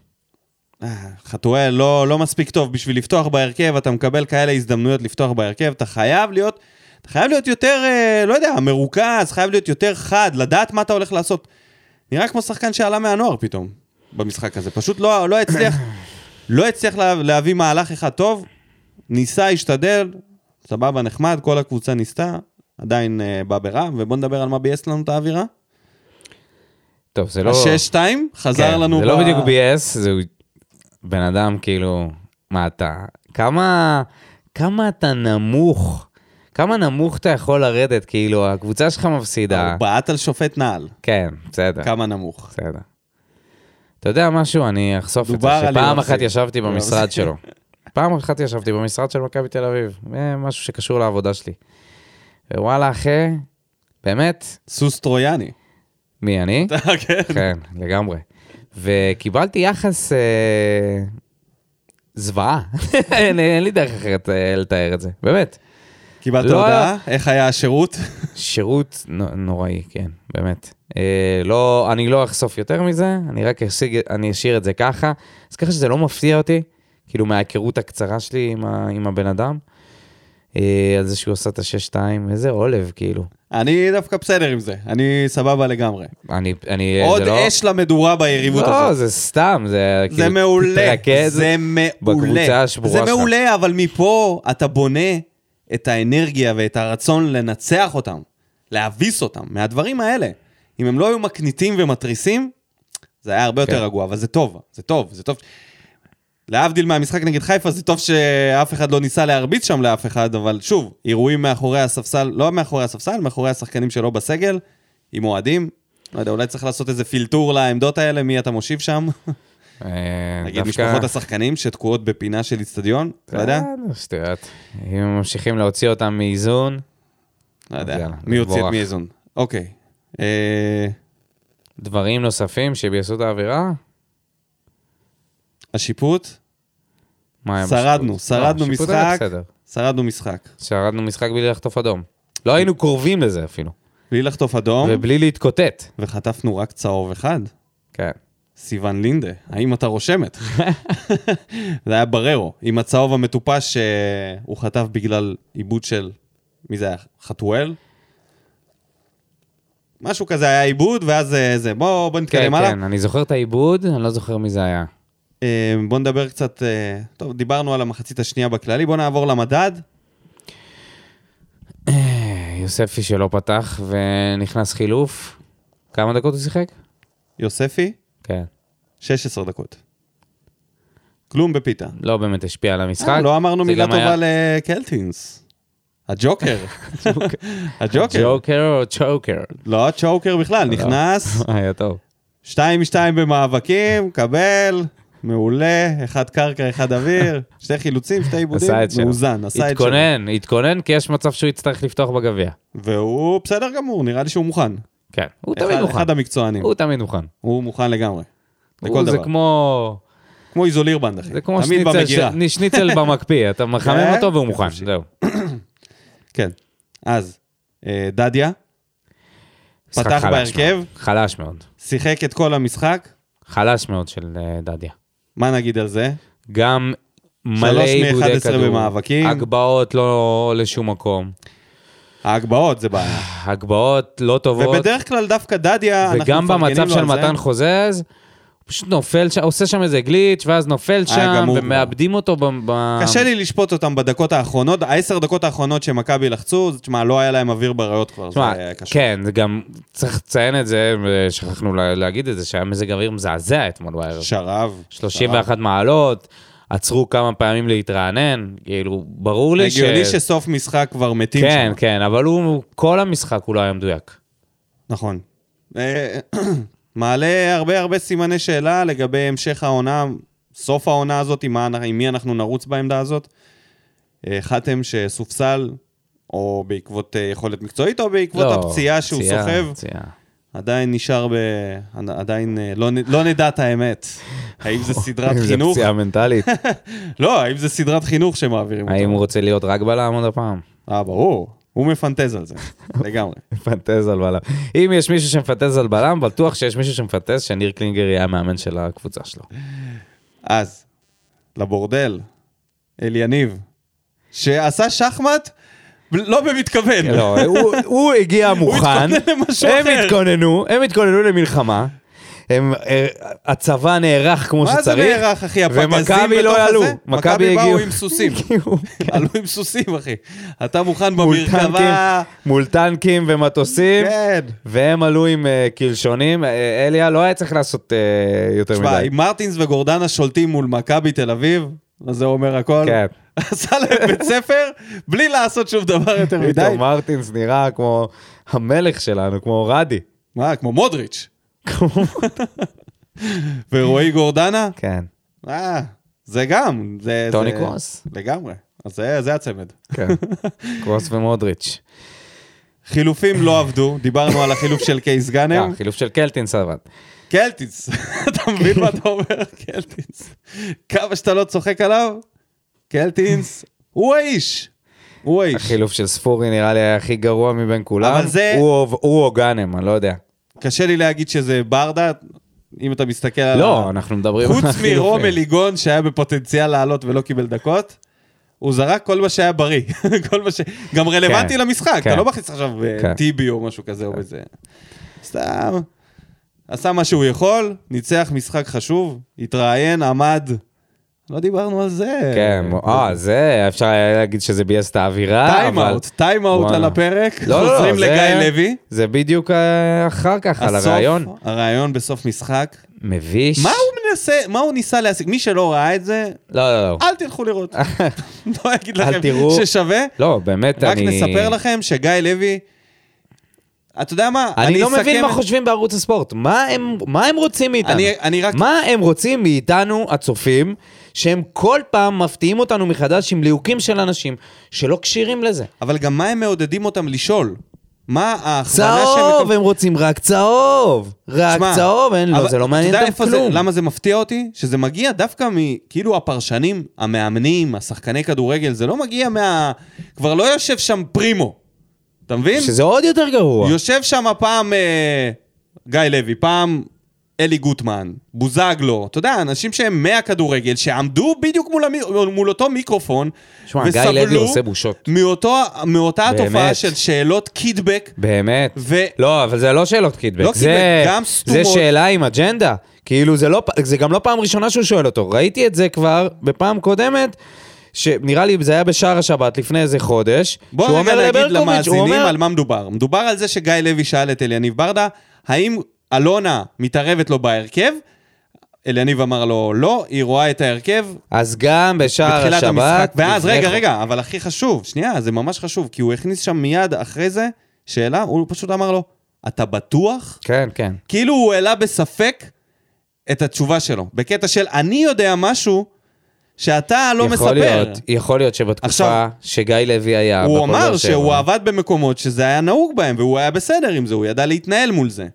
אה, חתואל לא, לא מספיק טוב בשביל לפתוח בהרכב, אתה מקבל כאלה הזדמנויות לפתוח בהרכב, אתה חייב להיות, אתה חייב להיות יותר, אה, לא יודע, מרוכז, חייב להיות יותר חד, לדעת מה אתה הולך לעשות. נראה כמו שחקן שעלה מהנוער פתאום, במשחק הזה. פשוט לא, לא הצליח, <coughs> לא הצליח לה, להביא מהלך אחד טוב, ניסה, השתדל, סבבה, נחמד, כל הקבוצה ניסתה, עדיין אה, בא ברע, ובוא נדבר על מה ביאס לנו את האווירה. טוב, זה לא... השש-שתיים, חזר כן, לנו זה לא בדיוק ביאס, זה בן אדם כאילו, מה אתה, כמה, כמה אתה נמוך, כמה נמוך אתה יכול לרדת, כאילו, הקבוצה שלך מפסידה. הוא בעט על שופט נעל, כן, בסדר, כמה נמוך. בסדר. אתה יודע משהו, אני אחשוף את זה, דובר על שפעם יואב אחת זיו. ישבתי יואב במשרד זיו. <laughs> שלו. פעם אחת ישבתי במשרד של מכבי תל אביב, אה, משהו שקשור לעבודה שלי. ווואלה, אחי, באמת, סוס טרויאני. מי <laughs> אני? כן. כן, לגמרי. וקיבלתי יחס אה, זוועה. <laughs> אין, אין לי דרך אחרת אה, לתאר את זה, באמת. קיבלת לא הודעה, איך היה <laughs> השירות? שירות נ- נוראי, כן, באמת. אה, לא, אני לא אחשוף יותר מזה, אני רק אשיג, אני אשאיר את זה ככה. אז ככה שזה לא מפתיע אותי, כאילו מההיכרות הקצרה שלי עם, ה, עם הבן אדם. אה, על זה שהוא עשה את השש-שתיים, איזה עולב, כאילו. אני דווקא בסדר עם זה, אני סבבה לגמרי. אני, אני, אה, עוד זה לא... אש למדורה ביריבות לא, הזאת. זה סתם, זה זה כאילו, מעולה, תתרכז. זה מעולה. בקבוצה השבורה זה שלך. מעולה, אבל מפה אתה בונה את האנרגיה ואת הרצון לנצח אותם, להביס אותם, מהדברים האלה. אם הם לא היו מקניטים ומתריסים, זה היה הרבה כן. יותר רגוע, אבל זה טוב, זה טוב, זה טוב. להבדיל מהמשחק נגד חיפה, זה טוב שאף אחד לא ניסה להרביץ שם לאף אחד, אבל שוב, אירועים מאחורי הספסל, לא מאחורי הספסל, מאחורי השחקנים שלו בסגל, עם אוהדים. לא יודע, אולי צריך לעשות איזה פילטור לעמדות האלה, מי אתה מושיב שם. <laughs> אה, נגיד דווקא- משפחות השחקנים שתקועות בפינה של איצטדיון, לא יודע, אה, שטויות. אם הם ממשיכים להוציא אותם מאיזון, לא יודע, כן. יאללה, מי יוציא את מבורך. מי איזון. אוקיי. אה, דברים נוספים שביסוד האווירה, השיפוט, מה היה שרדנו, בשיפוט? לא, שרדנו השיפוט היה משחק. בסדר. שרדנו משחק. שרדנו משחק בלי לחטוף אדום. לא היינו קרובים לזה אפילו, בלי לחטוף אדום, ובלי להתקוטט. וחטפנו רק צהוב אחד. כן. סיוון לינדה, האם אתה <laughs> רושמת? זה היה בררו, עם הצהוב המטופש שהוא חטף בגלל עיבוד של, מי זה היה? חתואל? משהו כזה היה עיבוד, ואז אה, זה, בואו בוא כן, נתקדם הלאה. כן, אני זוכר את העיבוד, אני לא זוכר מי זה היה. אה, בוא נדבר קצת, אה, טוב, דיברנו על המחצית השנייה בכללי, בוא נעבור למדד. אה, יוספי שלא פתח ונכנס חילוף. כמה דקות הוא שיחק? יוספי, כן. 16 דקות. כלום בפיתה. לא באמת השפיע על המשחק. אה, לא אמרנו זה מילה גם היה- טובה לקלטינס. <laughs> הג'וקר. הג'וקר. ג'וקר או צ'וקר. <laughs> לא הצ'וקר בכלל, נכנס, היה טוב. 2-2 במאבקים, קבל, מעולה, אחד קרקע, אחד אוויר, שתי חילוצים, שתי עיבודים, עשה את שלו. מאוזן, עשה את שלו. התכונן, התכונן, כי יש מצב שהוא יצטרך לפתוח בגביע. והוא בסדר גמור, נראה לי שהוא מוכן. כן, הוא אחד- תמיד מוכן. אחד המקצוענים, הוא תמיד מוכן. הוא מוכן לגמרי. לכל הוא זה דבר. כמו... כמו איזולירבנד, אחי. זה כמו תמיד שניצל במגירה. ש- שניצל <laughs> במקפיא, אתה מחמם כן, אותו והוא מוכן, חופשי. זהו. כן. אז, אה, דדיה, משחק פתח חלש בהרכב. מאוד. חלש מאוד. שיחק את כל המשחק, חלש מאוד של אה, דדיה. מה נגיד על זה? גם מלא שלוש מ- עיבודי 11 כדור. במאבקים. הגבהות לא לשום מקום. ההגבהות זה בעיה. הגבהות לא טובות. ובדרך כלל דווקא דדיה, אנחנו וגם מפרגנים במצב לו של על זה. מתן חוזז, הוא פשוט נופל שם, עושה שם איזה גליץ', ואז נופל שם, אה, גמור. ומאבדים אותו ב... ב- קשה לי לשפוט אותם בדקות האחרונות, העשר דקות האחרונות שמכבי לחצו, זה- תשמע, לא היה להם אוויר בריאות כבר, זה תשמע, היה קשה. כן, זה גם, צריך לציין את זה, ושכחנו לה- להגיד את זה, שהיה מזג אוויר מזעזע אתמול בערב. שרב. 31 מעלות, עצרו כמה פעמים להתרענן, כאילו, ברור שרב. לי ש... הגיוני שסוף משחק כבר מתים שם. כן, כן, אבל הוא, כל המשחק הוא לא היה מדויק. נכון. <clears throat> אה, מעלה הרבה הרבה סימני שאלה לגבי המשך העונה סוף העונה הזאת, עם, מה, אנ- עם מי אנחנו נרוץ בעמדה הזאת. החלטתם שסופסל, או בעקבות אה, יכולת מקצועית, או בעקבות לא, הפציעה שהוא פציעה, סוחב, פציעה. עדיין נשאר ב... עדיין אה, לא, נ- לא נדע את <laughs> האמת. האם זה סדרת אם זה חינוך? פציעה מנטלית. לא, האם זה סדרת חינוך שמעבירים <laughs> האם אותו? הוא רוצה להיות רק בלם עוד הפעם? אה, ברור. הוא מפנטז <laughs> על זה, לגמרי. מפנטז על בלם. אם יש מישהו שמפנטז על בלם, בטוח שיש מישהו שמפנטז שניר קלינגר יהיה המאמן של הקבוצה שלו. אז, לבורדל, אל יניב, שעשה שחמט, ב- לא במתכוון. <laughs> <laughs> לא, הוא- הוא הגיע מוכן, התכונן למשהו הם אחר. התכוננו, הם התכוננו למלחמה. הם, אה, הצבא נערך כמו מה זה שצריך. <laughs> נערך, אחי? הפגזים ומכבי בתוך לא הזה? עלו, מכבי מכבי באו הגיעו. עם <laughs> סוסים. הגיעו עלו עם סוסים, אחי. אתה מוכן מול טנקים, במרכבה... מול טנקים ומטוסים, כן. והם עלו עם אה, קלשונים. אה, אליה לא היה צריך לעשות אה, יותר תשמע, מדי. אם מרטינס וגורדנה שולטים מול מכבי תל אביב, אז זה אומר הכל. כן. <laughs> עשה להם בית ספר בלי לעשות שום דבר יותר <laughs> מדי. פתאום מרטינס נראה כמו המלך שלנו, כמו רדי. מה, כמו מודריץ'. ורועי גורדנה? כן. אה, זה גם. זה, טוני זה... קרוס. לגמרי. אז זה, זה הצמד. כן. קרוס <laughs> ומודריץ'. חילופים לא עבדו, דיברנו על החילוף של קייס גאנם. <laughs> אה, חילוף של קלטינס עבד. קלטיס, <laughs> אתה מבין מה אתה אומר? קלטיס. כמה שאתה לא צוחק עליו, קלטינס, הוא האיש. הוא האיש. החילוף של ספורי נראה לי היה הכי גרוע מבין כולם. אבל זה- הוא או- הוא או גאנם, אני לא יודע. קשה לי להגיד שזה ברדה, אם אתה מסתכל על... לא, ה- אנחנו מדברים על אה, חוץ החילופים. מרום אליגון שהיה בפוטנציאל לעלות ולא קיבל דקות, הוא זרק כל מה שהיה בריא. <laughs> כל מה ש... גם רלוונטי כן, למשחק, אתה כן. לא מכניס עכשיו אה, כן. טיבי או משהו כזה או איזה... סתם. עשה מה שהוא יכול, ניצח משחק חשוב, התראיין, עמד. לא דיברנו על זה. כן, אה, זה, אפשר היה להגיד שזה ביאס את האווירה, אבל... טיימאוט, טיימאוט וואלה. על הפרק, לא, לא, לא, חוזרים זה- לגיא לוי. זה בדיוק אה, אחר כך, על הסוף, הרעיון. הרעיון בסוף משחק. מביש. מה הוא מנסה, מה הוא ניסה להשיג? מי שלא ראה את זה, לא, לא, לא. אל תלכו <laughs> לראות. לא אגיד לכם אל תראו. ששווה. לא, באמת, רק אני... נספר לכם שגיא לוי, אתה יודע מה? אני לא אסכם מבין את- מה חושבים בערוץ הספורט. מה הם- מה הם רוצים מאיתנו? אני- אני רק- מה הם רוצים מאיתנו, הצופים, שהם כל פעם מפתיעים אותנו מחדש עם ליהוקים של אנשים שלא כשירים לזה. אבל גם מה הם מעודדים אותם לשאול? מה ההכוונה צהוב, הם רוצים רק צהוב. רק תשמע, צהוב, אין, אבל לא, זה לא מעניין אתה יודע אותם איפה זה- כלום. למה זה מפתיע אותי? שזה מגיע דווקא מכאילו הפרשנים, המאמנים, השחקני כדורגל, זה לא מגיע מה... כבר לא יושב שם פרימו. אתה מבין? שזה עוד יותר גרוע. יושב שם פעם אה, גיא לוי, פעם אלי גוטמן, בוזגלו, אתה יודע, אנשים שהם מהכדורגל, שעמדו בדיוק מול, המי, מול אותו מיקרופון, שמע, גיא לוי עושה בושות. מאותו, מאותה באמת. התופעה של שאלות קידבק, באמת. ו- לא, אבל זה לא שאלות קידבק. לא זה- קידבק, גם סתומות. זה שאלה עם אג'נדה. כאילו, זה, לא, פ- זה גם לא פעם ראשונה שהוא שואל אותו. ראיתי את זה כבר בפעם קודמת, שנראה לי זה היה בשער השבת לפני איזה חודש. שהוא בוא רגע אומר נגיד לברקוביץ', הוא למאזינים אומר- על מה מדובר. מדובר על זה שגיא לוי שאל את אליניב ברדה, האם אלונה מתערבת לו בהרכב? אליניב אמר לו, לא, היא רואה את ההרכב, אז גם בשער בתחילת השבת... המשחק. ואז, לפני רגע, חו- רגע, אבל הכי חשוב, שנייה, זה ממש חשוב, כי הוא הכניס שם מיד אחרי זה שאלה, הוא פשוט אמר לו, אתה בטוח? כן, כן. כאילו הוא העלה בספק את התשובה שלו, בקטע של אני יודע משהו שאתה לא יכול מספר. להיות, יכול להיות שבתקופה עכשיו- שגיא לוי היה... הוא בהפועל אמר באר שבע, שהוא עבד במקומות שזה היה נהוג בהם, והוא היה בסדר עם זה, הוא ידע להתנהל מול זה.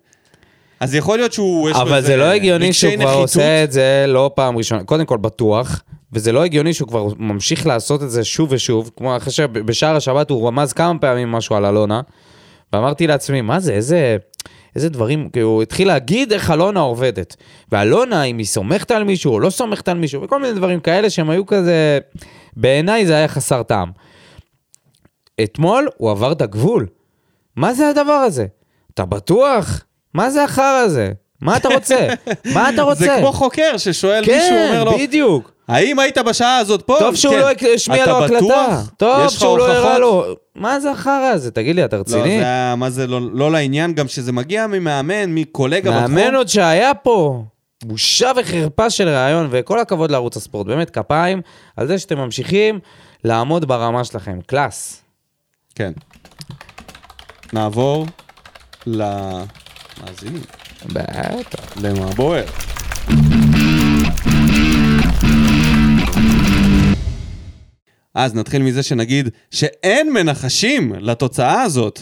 אז יכול להיות שהוא... יש לו אבל איזה זה לא הגיוני רגשי שהוא כבר נחיתות. עושה את זה לא פעם ראשונה. קודם כל, בטוח. וזה לא הגיוני שהוא כבר ממשיך לעשות את זה שוב ושוב, כמו אחרי שבשער השבת הוא רמז כמה פעמים משהו על אלונה, ואמרתי לעצמי, מה זה, איזה, איזה דברים, כי הוא התחיל להגיד איך אלונה עובדת. ואלונה, אם היא סומכת על מישהו או לא סומכת על מישהו, וכל מיני דברים כאלה שהם היו כזה, בעיניי זה היה חסר טעם. אתמול הוא עבר את הגבול. מה זה הדבר הזה? אתה בטוח? מה זה החרא הזה? מה אתה רוצה? מה אתה רוצה? <laughs> זה כמו חוקר ששואל מישהו, כן, אומר לו, בדיוק. האם היית בשעה הזאת פה? טוב שהוא כן. לא השמיע "אתה לו הקלטה. בטוח? טוב יש לך שהוא לא הראה הוכחות?" לו. מה זה החרא הזה? תגיד לי, אתה לא, רציני? זה היה, מה זה לא, לא לעניין, גם שזה מגיע ממאמן, מקולגה בתחום. מאמן עוד שהיה פה. בושה וחרפה של ראיון, וכל הכבוד לערוץ הספורט. באמת, כפיים על זה שאתם ממשיכים לעמוד ברמה שלכם. קלאס. כן. נעבור למאזינים, בטח. למה בוער. אז נתחיל מזה שנגיד שאין מנחשים לתוצאה הזאת.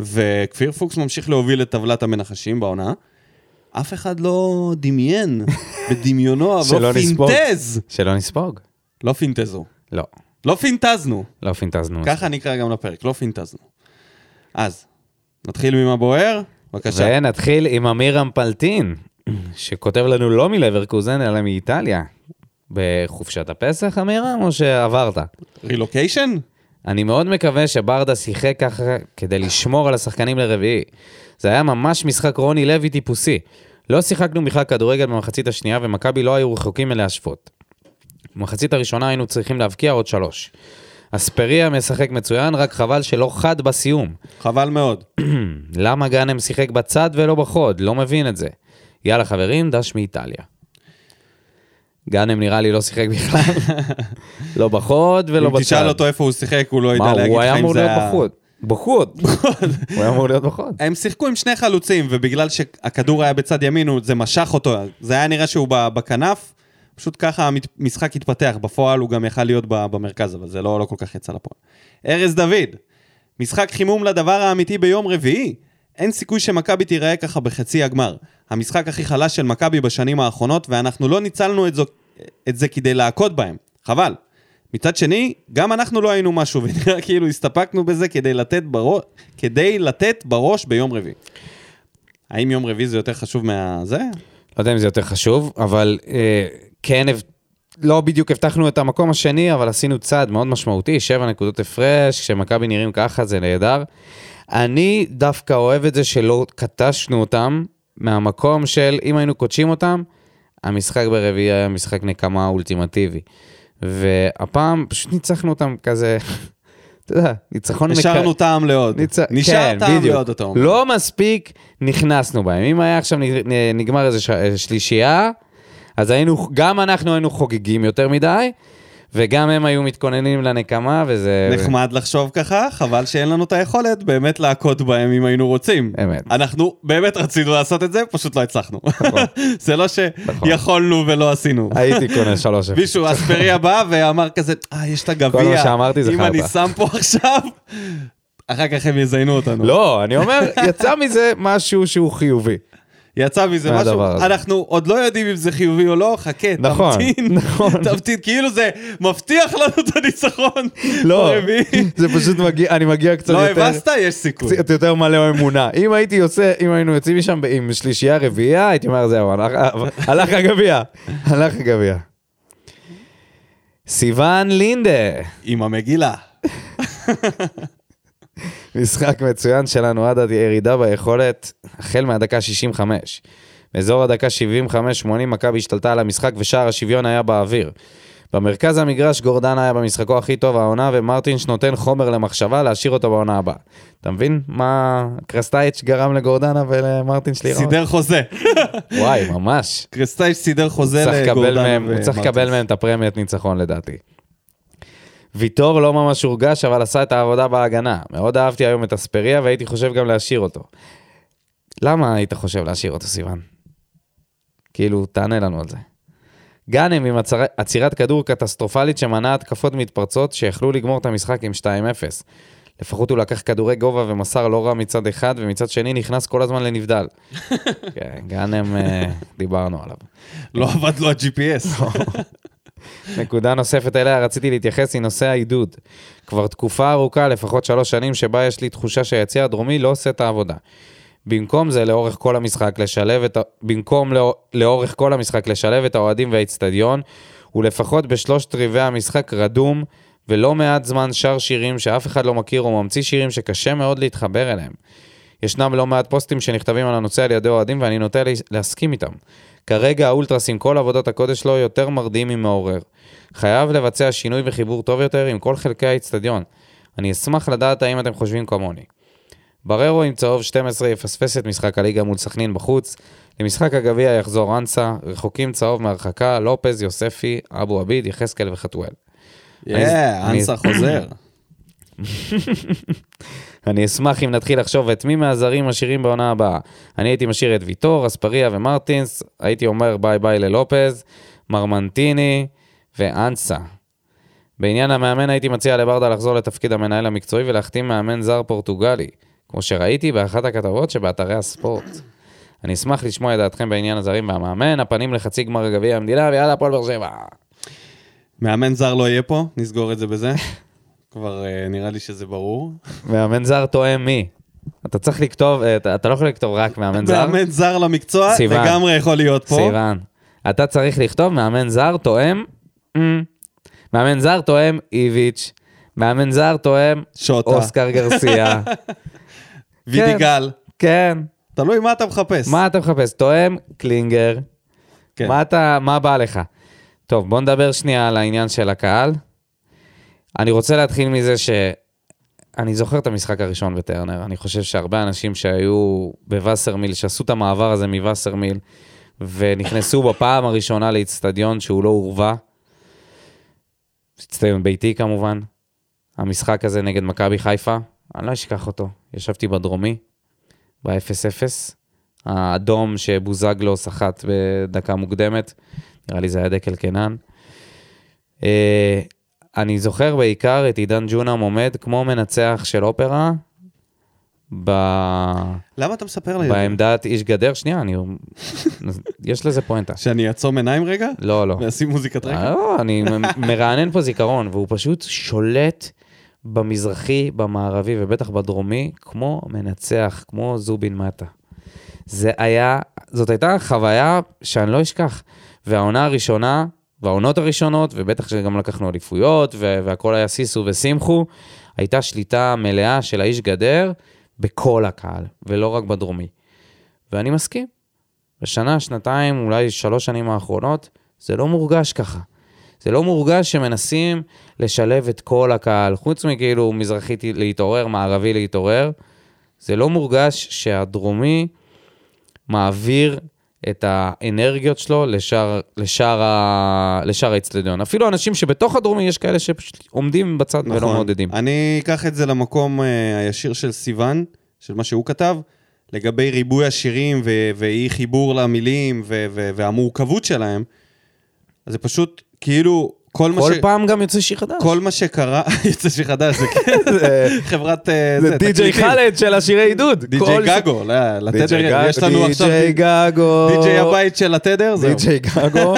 וכפיר פוקס ממשיך להוביל את טבלת המנחשים בעונה. אף אחד לא <laughs> דמיין בדמיונו, אבל לא שלא נספוג. פינטז. שלא נספוג. לא פינטזו. לא, לא פינטזנו. לא פינטזנו. ככה נקרא גם לפרק, לא פינטזנו. אז, נתחיל ממה בוער? בבקשה. ונתחיל עם אמיר אמפלטין, שכותב לנו לא מלברקוזן, אלא מאיטליה. בחופשת הפסח, אמירם, או שעברת? רילוקיישן? אני מאוד מקווה שברדה שיחק ככה כדי לשמור על השחקנים לרביעי. זה היה ממש משחק רוני לוי טיפוסי. לא שיחקנו בכלל כדורגל במחצית השנייה, ומכבי לא היו רחוקים מלהשוות. במחצית הראשונה היינו צריכים להבקיע עוד שלוש. אספריה משחק מצוין, רק חבל שלא חד בסיום. חבל מאוד. למה גאנם שיחק בצד ולא בחוד? לא מבין את זה. יאללה חברים, דש מאיטליה. גאנם נראה לי לא שיחק בכלל. <laughs> לא בחוד ולא אם בצד. תשאל אותו איפה הוא שיחק, הוא לא ידע מה, להגיד לך אם זה הוא היה אמור להיות בחוד. <laughs> בחוד. הוא היה אמור להיות בחוד. הם שיחקו עם שני חלוצים, ובגלל שהכדור היה בצד ימין, הוא- זה משך אותו. זה היה נראה שהוא ב- בכנף, פשוט ככה המת- המשחק התפתח. בפועל הוא גם יכל להיות ב- במרכז, אבל זה לא, לא כל כך יצא לפועל. ארז דוד, משחק חימום לדבר האמיתי ביום רביעי. אין סיכוי שמכבי תיראה ככה בחצי הגמר. המשחק הכי חלש של מכבי בשנים האחרונות, ואנחנו לא ניצלנו את, זו, את זה כדי להכות בהם. חבל. מצד שני, גם אנחנו לא היינו משהו, <laughs> ונראה כאילו הסתפקנו בזה כדי לתת, ברו... כדי לתת בראש ביום רביעי. האם יום רביעי זה יותר חשוב מהזה? לא יודע אם זה יותר חשוב, אבל אה, כן, הבט- לא בדיוק הבטחנו את המקום השני, אבל עשינו צעד מאוד משמעותי, שבע נקודות הפרש, כשמכבי נראים ככה זה נהדר. אני דווקא אוהב את זה שלא קטשנו אותם מהמקום של אם היינו קודשים אותם, המשחק ברביעי היה משחק נקמה אולטימטיבי. והפעם פשוט ניצחנו אותם כזה, <laughs> אתה יודע, ניצחון מקר- נשארנו טעם לעוד. ניצ... נשאר כן, טעם בדיוק. לעוד, אתה אומר. לא מספיק נכנסנו בהם. אם היה עכשיו נג- נ- נגמר איזה ש... אה, שלישייה, אז היינו, גם אנחנו היינו חוגגים יותר מדי, וגם הם היו מתכוננים לנקמה, וזה... נחמד לחשוב ככה, חבל שאין לנו את היכולת באמת להכות בהם אם היינו רוצים. אמת. אנחנו באמת רצינו לעשות את זה, פשוט לא הצלחנו. נכון. <laughs> זה לא נכון. שיכולנו ולא עשינו. הייתי קונה שלוש אפס. מישהו, אספריה בא ואמר כזה, אה, יש את הגביע. כל מה שאמרתי זה אם חרטא." אני שם פה עכשיו, אחר כך הם יזיינו אותנו. לא, אני אומר, יצא מזה משהו שהוא חיובי. יצא מזה מה משהו, הדבר הזה? אנחנו עוד לא יודעים אם זה חיובי או לא, חכה, נכון, תמתין, נכון. <laughs> תמתין, כאילו זה מבטיח לנו את הניצחון. לא, ברביעי. <laughs> זה פשוט מגיע, אני מגיע קצת לא יותר... הבסת, יש סיכוי. קצת יותר מלא אמונה. אם הייתי יוצא, אם היינו יוצאים משם ב- עם שלישייה רביעייה, הייתי אומר, זהו, הלך- הלך הגביע. הלך הגביע. סיוון לינדה, עם המגילה. משחק מצוין שלנו עד הירידה ביכולת, החל מהדקה 65. באזור הדקה 75-80 מכבי השתלטה על המשחק ושער השוויון היה באוויר. במרכז המגרש גורדן היה במשחקו הכי טוב העונה ומרטינש נותן חומר למחשבה להשאיר אותו בעונה הבאה. אתה מבין מה קרסטייץ' גרם לגורדנה ולמרטינש לראות? סידר חוזה. <laughs> וואי, ממש. קרסטייץ' סידר חוזה צריך לקבל לגורדן מהם, הוא צריך ומרטינס. לקבל מהם את הפרמיית ניצחון לדעתי. ויטור לא ממש הורגש, אבל עשה את העבודה בהגנה. מאוד אהבתי היום את אספריה, והייתי חושב גם להשאיר אותו. למה היית חושב להשאיר אותו, סיוון? כאילו, תענה לנו על זה. גאנם עם הצר... עצירת כדור קטסטרופלית שמנעה התקפות מתפרצות שיכלו לגמור את המשחק עם 2-0. לפחות הוא לקח כדורי גובה ומסר לא רע מצד אחד, ומצד שני נכנס כל הזמן לנבדל. כן, גאנם, אה, דיברנו עליו. לא עבד לו נכון. ה-GPS. נקודה נוספת אליה רציתי להתייחס היא נושא העידוד. כבר תקופה ארוכה, לפחות שלוש שנים, שבה יש לי תחושה שהיציע הדרומי לא עושה את העבודה. במקום זה, לאורך כל המשחק, לשלב את ה... במקום לא... לאורך כל המשחק, לשלב את האוהדים והאיצטדיון, ולפחות בשלושת רבעי המשחק רדום, ולא מעט זמן שר שירים שאף אחד לא מכיר, או ממציא שירים שקשה מאוד להתחבר אליהם. ישנם לא מעט פוסטים שנכתבים על הנושא על ידי אוהדים ואני נוטה לה- להסכים איתם. כרגע האולטרס עם כל עבודת הקודש שלו יותר מרדים ממעורר. חייב לבצע שינוי וחיבור טוב יותר עם כל חלקי האצטדיון. אני אשמח לדעת האם אתם חושבים כמוני. בררו עם צהוב 12 יפספס את משחק הליגה מול סכנין בחוץ. למשחק הגביע יחזור אנסה, רחוקים צהוב מהרחקה, לופז, יוספי, אבו עביד, יחזקאל וחתואל. יאה, אני- אנסה חוזר. אני אשמח אם נתחיל לחשוב את מי מהזרים משאירים בעונה הבאה. אני הייתי משאיר את ויטור, אספריה ומרטינס, הייתי אומר ביי ביי ללופז, מרמנטיני ואנסה. בעניין המאמן הייתי מציע לברדה לחזור לתפקיד המנהל המקצועי ולהחתים מאמן זר פורטוגלי, כמו שראיתי באחת הכתבות שבאתרי הספורט. אני אשמח לשמוע את דעתכם בעניין הזרים והמאמן, הפנים לחצי גמר גביע המדינה, ויאללה, הפועל באר שבע. מאמן זר לא יהיה פה, נסגור את זה <laughs> בזה. כבר אה, נראה לי שזה ברור. מאמן זר תואם מי? אתה צריך לכתוב, אה, אתה אתה לא יכול לכתוב רק מאמן זר. מאמן זר למקצוע, סיוון. לגמרי יכול להיות פה. סיוון. אתה צריך לכתוב מאמן זר תואם, אמ. מאמן זר תואם איביץ', מאמן זר תואם שוטה. אוסקר גרסיה. וידיגל. כן, תלוי מה אתה מחפש. מה אתה מחפש? תואם קלינגר. כן. מה אתה, מה בא לך? טוב, בוא נדבר שנייה על העניין של הקהל. אני רוצה להתחיל מזה ש... אני זוכר את המשחק הראשון בטרנר, אני חושב שהרבה אנשים שהיו בווסרמיל, שעשו את המעבר הזה מווסרמיל, ונכנסו בפעם הראשונה לאיצטדיון שהוא לא הורווה, אצטדיון ביתי כמובן, המשחק הזה נגד מכבי חיפה, אני לא אשכח אותו, ישבתי בדרומי, ב-0-0, האדום שבוזגלו סחט בדקה מוקדמת, נראה לי זה היה דקל קנן. אה, אני זוכר בעיקר את עידן ג'ונם עומד כמו מנצח של אופרה ב... למה אתה מספר לי? את זה? בעמדת איש גדר, שנייה, אני... יש לזה פואנטה. שאני אעצום עיניים רגע? לא, לא. ואשים מוזיקת רקע? לא, אני מ- מרענן פה זיכרון, והוא פשוט שולט במזרחי, במערבי ובטח בדרומי, כמו מנצח, כמו זובין מטה. זה היה, זאת הייתה חוויה שאני לא אשכח. והעונה הראשונה, והעונות הראשונות, ובטח שגם לקחנו אליפויות, ו- והכל היה סיסו ושמחו, הייתה שליטה מלאה של האיש גדר בכל הקהל, ולא רק בדרומי. ואני מסכים. בשנה, שנתיים, אולי שלוש שנים האחרונות, זה לא מורגש ככה. זה לא מורגש שמנסים לשלב את כל הקהל, חוץ מכאילו מזרחי ת- להתעורר, מערבי להתעורר. זה לא מורגש שהדרומי מעביר את האנרגיות שלו לשאר, לשאר, ה- לשאר האצטדיון. אפילו אנשים שבתוך הדרומי, יש כאלה שפשוט עומדים בצד נכון. ולא מעודדים. אני אקח את זה למקום אה, הישיר של סיוון, של מה שהוא כתב, לגבי ריבוי השירים ו- ואי חיבור למילים ו- ו- והמורכבות שלהם. אז זה פשוט כאילו, כל מה כל ש... פעם גם יוצא שיר חדש. כל מה שקרה, <laughs> יוצא שיר חדש, זה <laughs> כן, חברת... אה, זה די.ג'יי תקליטים. חאלד של השירי עידוד. די.ג'יי גגו, לא, לתדר, יש לנו עכשיו די.ג'יי גגו. די.ג'יי הבית של התדר, זהו. די.ג'יי <laughs> גגו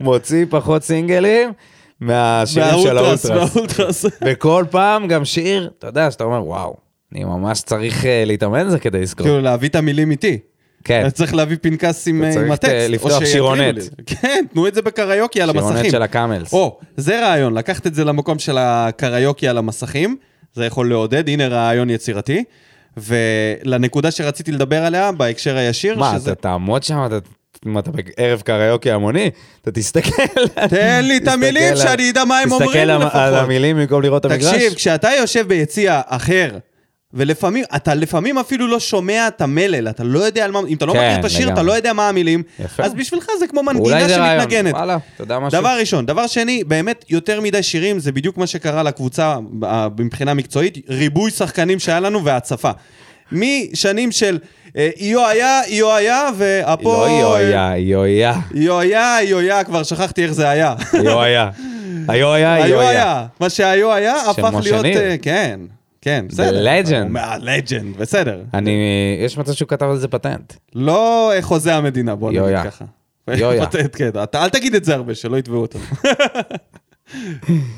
מוציא פחות סינגלים מהשירים של והאולטרס, האולטרס. והאולטרס. וכל פעם גם שיר, אתה יודע, שאתה אומר, וואו, אני ממש צריך אה, להתאמן על זה כדי לזכור. כאילו, להביא את המילים איתי. כן, אתה צריך להביא פנקס עם אתה צריך, עם הטקסט. אה, או לפתוח שיקריאו שירונט. לי. <laughs> כן, תנו את זה בקריוקי על המסכים. שירונת של הקאמלס. או, זה רעיון, לקחת את זה למקום של הקריוקי על המסכים, זה יכול לעודד, הנה רעיון יצירתי. ולנקודה שרציתי לדבר עליה, בהקשר הישיר, מה, שזה... אתה תעמוד שם, אתה... מה, אתה בערב קריוקי המוני? אתה תסתכל... תן לי את תסתכל המילים, על- שאני אדע מה הם אומרים תסתכל לפחות. על- על המילים במקום לראות את המגרש. תקשיב, כשאתה יושב ביציע אחר, ולפעמים, אתה לפעמים אפילו לא שומע את המלל, אתה לא יודע על מה, אם אתה לא כן, מכיר את השיר, אתה לגמרי. לא יודע מה המילים, יפה. אז בשבילך זה כמו אולי מנגינה זה רעיון. שמתנגנת. וואלה, אתה יודע משהו? דבר ראשון. דבר שני, באמת, יותר מדי שירים, זה בדיוק מה שקרה לקבוצה אה, מבחינה מקצועית, ריבוי שחקנים שהיה לנו והצפה. משנים של אה, איו היה, איו היה, והפועל... יויה, יויה, איו היה, איו היה, כבר שכחתי איך זה היה. <laughs> יויה. היו היה, היו יו היה. היה. מה שהיו היה של הפך משה להיות... ניר. אה, כן, כן, בסדר. legend. לג'נד, בסדר. אני, יש מצב שהוא כתב על זה פטנט. לא אה, חוזה המדינה, בוא יו נגיד היה. ככה. יו היה. פטנט, <laughs> כן, אתה- אל תגיד את זה הרבה, שלא יתבעו אותנו. <laughs>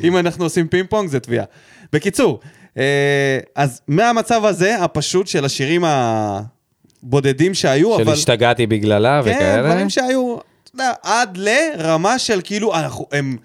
אם אנחנו עושים פינג פונג, זה תביעה. בקיצור, אה, אז מהמצב הזה, הפשוט של השירים הבודדים שהיו, של אבל... השתגעתי בגללה כן, וכאלה. דברים שהיו, אתה יודע, עד לרמה של כאילו, אנחנו, הם...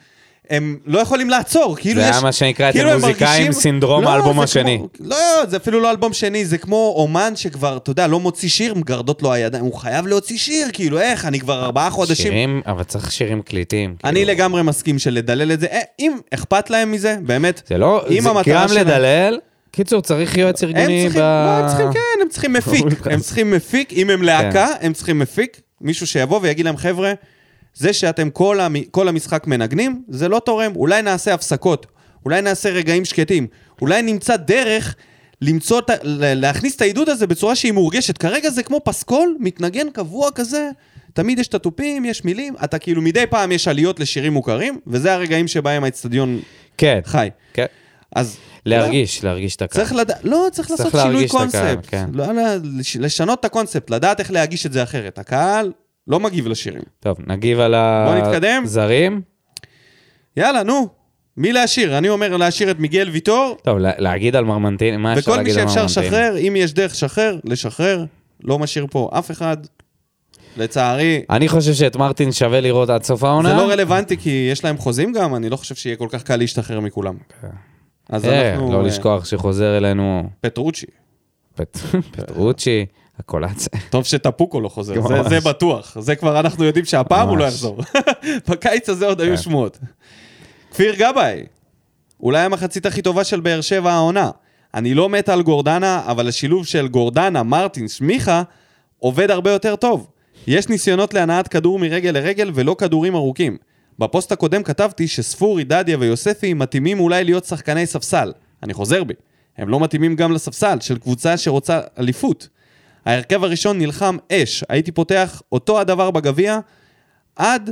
הם לא יכולים לעצור, כאילו זה יש... היה מה שנקרא אצל כאילו הם מוזיקאים מרגישים- סינדרום האלבום זה השני. כמו- לא, זה אפילו לא אלבום שני, זה כמו אומן שכבר, אתה יודע, לא מוציא שיר, מגרדות לו הידיים, הוא חייב להוציא שיר, כאילו, איך, אני כבר ארבעה חודשים. שירים, אבל צריך שירים קליטים. אני אה, כאילו. לגמרי מסכים שלדלל את זה, אה, אם אכפת להם מזה, באמת. זה לא, אם זה המטרה גם שלהם- לדלל. קיצור, צריך יועץ הם ארגוני ב... צריכים, לא, הם צריכים, כן, הם <laughs> צריכים מפיק. אולטרס. הם צריכים מפיק, אם הם להקה, הם צריכים מפיק, מישהו שיבוא ויגיד להם, חבר'ה, זה שאתם כל המ- כל המשחק מנגנים, זה לא תורם. אולי נעשה הפסקות, אולי נעשה רגעים שקטים, אולי נמצא דרך למצוא, את ה- ל- להכניס את העידוד הזה בצורה שהיא מורגשת. כרגע זה כמו פסקול, מתנגן קבוע כזה. תמיד יש את התופים, יש מילים, אתה כאילו מדי פעם יש עליות לשירים מוכרים, וזה הרגעים שבהם האצטדיון כן, חי. כן. אז... להרגיש, להרגיש את הקהל. צריך לדעת, לא, צריך לעשות שינוי כן. להרגיש את הקהל, קונספט. כן. לא, לא, לש- לשנות את הקונספט, לדעת איך להגיש את זה אחרת. הקהל לא מגיב לשירים. טוב, נגיב על בוא נתקדם. הזרים. יאללה, נו, מי להשאיר? אני אומר להשאיר את מיגל ויטור, טוב, לה- להגיד על מרמנטין, מה אפשר וכל מי להגיד על מרמנטין? שאפשר לשחרר, אם יש דרך לשחרר, לשחרר. לא משאיר פה אף אחד. לצערי, אני חושב שאת מרטין שווה לראות עד סוף העונה. זה לא רלוונטי כי יש להם חוזים גם, אני לא חושב שיהיה כל כך קל להשתחרר מכולם. אז כן. אה, אנחנו... לא אה, לשכוח שחוזר אלינו פטרוצ'י. פט- <laughs> פטרוצ'י, הקולאצה. <laughs> טוב שטפוקו לא חוזר, זה- ממש. זה בטוח. זה כבר אנחנו יודעים שהפעם הוא לא ממש. כן. יחזור. <laughs> בקיץ הזה עוד היו שמועות. כפיר גבאי, אולי המחצית הכי טובה של באר שבע העונה. אני לא מת על גורדנה, אבל השילוב של גורדנה, מרטינס, מיכה, עובד הרבה יותר טוב. יש ניסיונות להנעת כדור מרגל לרגל ולא כדורים ארוכים. בפוסט הקודם כתבתי שספורי, דדיה ויוספי מתאימים אולי להיות שחקני ספסל. אני חוזר בי. הם לא מתאימים גם לספסל של קבוצה שרוצה אליפות. ההרכב הראשון נלחם אש. הייתי פותח אותו הדבר בגביע עד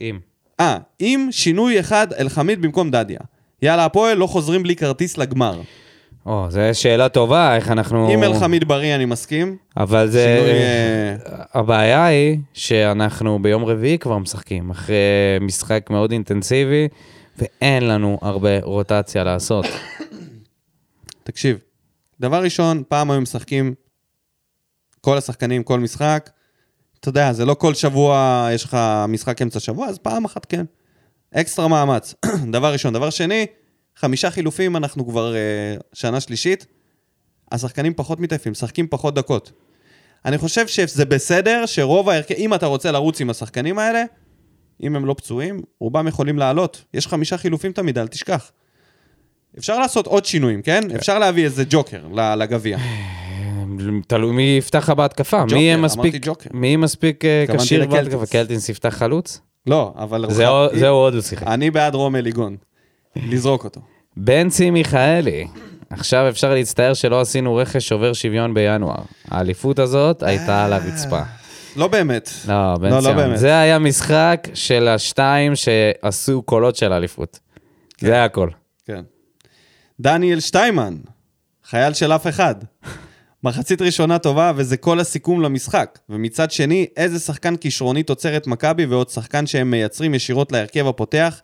אם. אה, עם שינוי אחד אלחמיד במקום דדיה. יאללה, הפועל לא חוזרים בלי כרטיס לגמר. או, זו שאלה טובה, איך אנחנו... אם אלחמיד בריא, אני מסכים. אבל זה... שינוי... אה, הבעיה היא שאנחנו ביום רביעי כבר משחקים, אחרי משחק מאוד אינטנסיבי, ואין לנו הרבה רוטציה לעשות. תקשיב, דבר ראשון, פעם היו משחקים כל השחקנים, כל משחק. אתה יודע, זה לא כל שבוע יש לך משחק אמצע שבוע, אז פעם אחת כן. אקסטרה מאמץ. <clears throat> דבר ראשון. דבר שני, חמישה חילופים, אנחנו כבר אה, שנה שלישית. השחקנים פחות מתעייפים, משחקים פחות דקות. אני חושב שזה בסדר שרוב ההרכב, אם אתה רוצה לרוץ עם השחקנים האלה, אם הם לא פצועים, רובם יכולים לעלות. יש חמישה חילופים תמיד, אל תשכח. אפשר לעשות עוד שינויים, כן? אפשר להביא איזה ג'וקר ל- לגביע. תלוי מי יפתח לך בהתקפה, מי ג'וקר, יהיה אמרתי מספיק, ג'וקר. מי יהיה מספיק אה, התכוונתי כשיר לקלטינס. בהתקפה, קלטינס יפתח חלוץ? לא, אה. אבל... זה הוא- זה הוא עוד לא שיחק. אני בעד רום אליגון. לזרוק אותו. בנצי מיכאלי, עכשיו אפשר להצטער שלא עשינו רכש שובר שוויון בינואר. האליפות הזאת הייתה על הרצפה. לא באמת. לא, בן לא, לא ציון. באמת. זה היה משחק של השתיים שעשו קולות של אליפות. זה היה הכל. כן. דניאל שטיימן, חייל של אף אחד. מחצית ראשונה טובה, וזה כל הסיכום למשחק. ומצד שני, איזה שחקן כישרוני תוצרת מכבי ועוד שחקן שהם מייצרים ישירות להרכב הפותח.